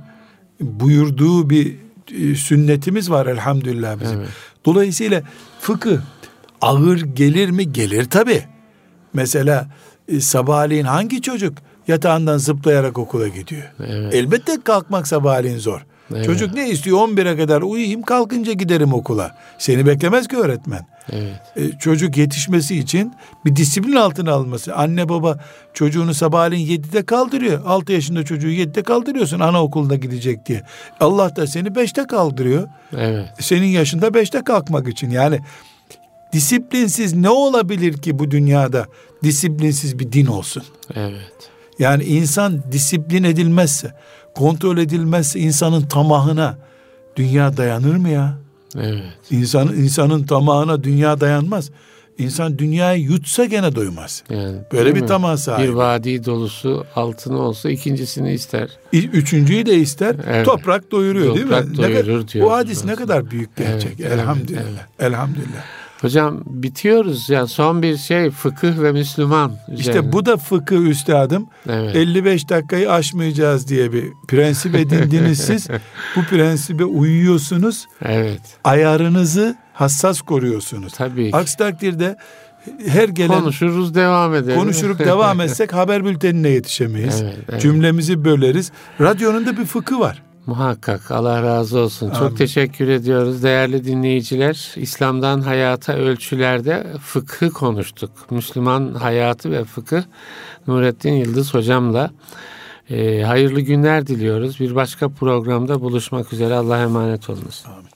S2: buyurduğu bir e, sünnetimiz var elhamdülillah bizim.
S1: Evet.
S2: Dolayısıyla fıkıh ağır gelir mi? Gelir tabi. Mesela e, sabahleyin hangi çocuk yatağından zıplayarak okula gidiyor?
S1: Evet.
S2: Elbette kalkmak sabahleyin zor.
S1: Evet.
S2: Çocuk ne istiyor? 11'e kadar uyuyayım kalkınca giderim okula. Seni beklemez ki öğretmen.
S1: Evet.
S2: E, çocuk yetişmesi için bir disiplin altına alması. Anne baba çocuğunu sabahleyin 7'de kaldırıyor. 6 yaşında çocuğu 7'de kaldırıyorsun anaokuluna gidecek diye. Allah da seni 5'te kaldırıyor.
S1: Evet.
S2: Senin yaşında 5'te kalkmak için. Yani disiplinsiz ne olabilir ki bu dünyada disiplinsiz bir din olsun?
S1: Evet.
S2: Yani insan disiplin edilmezse, kontrol edilmezse insanın tamahına dünya dayanır mı ya?
S1: Evet.
S2: İnsan, insanın tamahına dünya dayanmaz. İnsan dünyayı yutsa gene doymaz.
S1: Yani
S2: Böyle
S1: değil
S2: bir
S1: mi?
S2: tamah sahibi.
S1: Bir vadi dolusu altını olsa ikincisini ister.
S2: İ- Üçüncüyü de ister.
S1: Evet.
S2: Toprak doyuruyor değil mi?
S1: Toprak
S2: Ne kadar-
S1: doyurur diyor.
S2: Bu hadis ne kadar büyük gerçek.
S1: Evet,
S2: elhamdülillah.
S1: evet,
S2: Elhamdülillah.
S1: Hocam bitiyoruz yani son bir şey fıkıh ve Müslüman. üzerine.
S2: İşte bu da fıkıh üstadım.
S1: evet.
S2: 55 dakikayı aşmayacağız diye bir prensip edindiniz
S1: (laughs)
S2: siz. Bu prensibe uyuyorsunuz.
S1: evet.
S2: Ayarınızı hassas koruyorsunuz.
S1: Tabii ki.
S2: Aksi takdirde her gelen
S1: Konuşuruz devam edelim. (laughs)
S2: konuşurup devam etsek haber bültenine yetişemeyiz.
S1: Evet, evet.
S2: Cümlemizi böleriz. Radyonun da bir fıkı var.
S1: Muhakkak Allah razı olsun.
S2: Amin.
S1: Çok teşekkür ediyoruz değerli dinleyiciler. İslam'dan hayata ölçülerde fıkhı konuştuk. Müslüman hayatı ve fıkı Nurettin Yıldız hocamla. e, Ee, hayırlı günler diliyoruz. Bir başka programda buluşmak üzere. Allah'a emanet olunuz.
S2: Amin.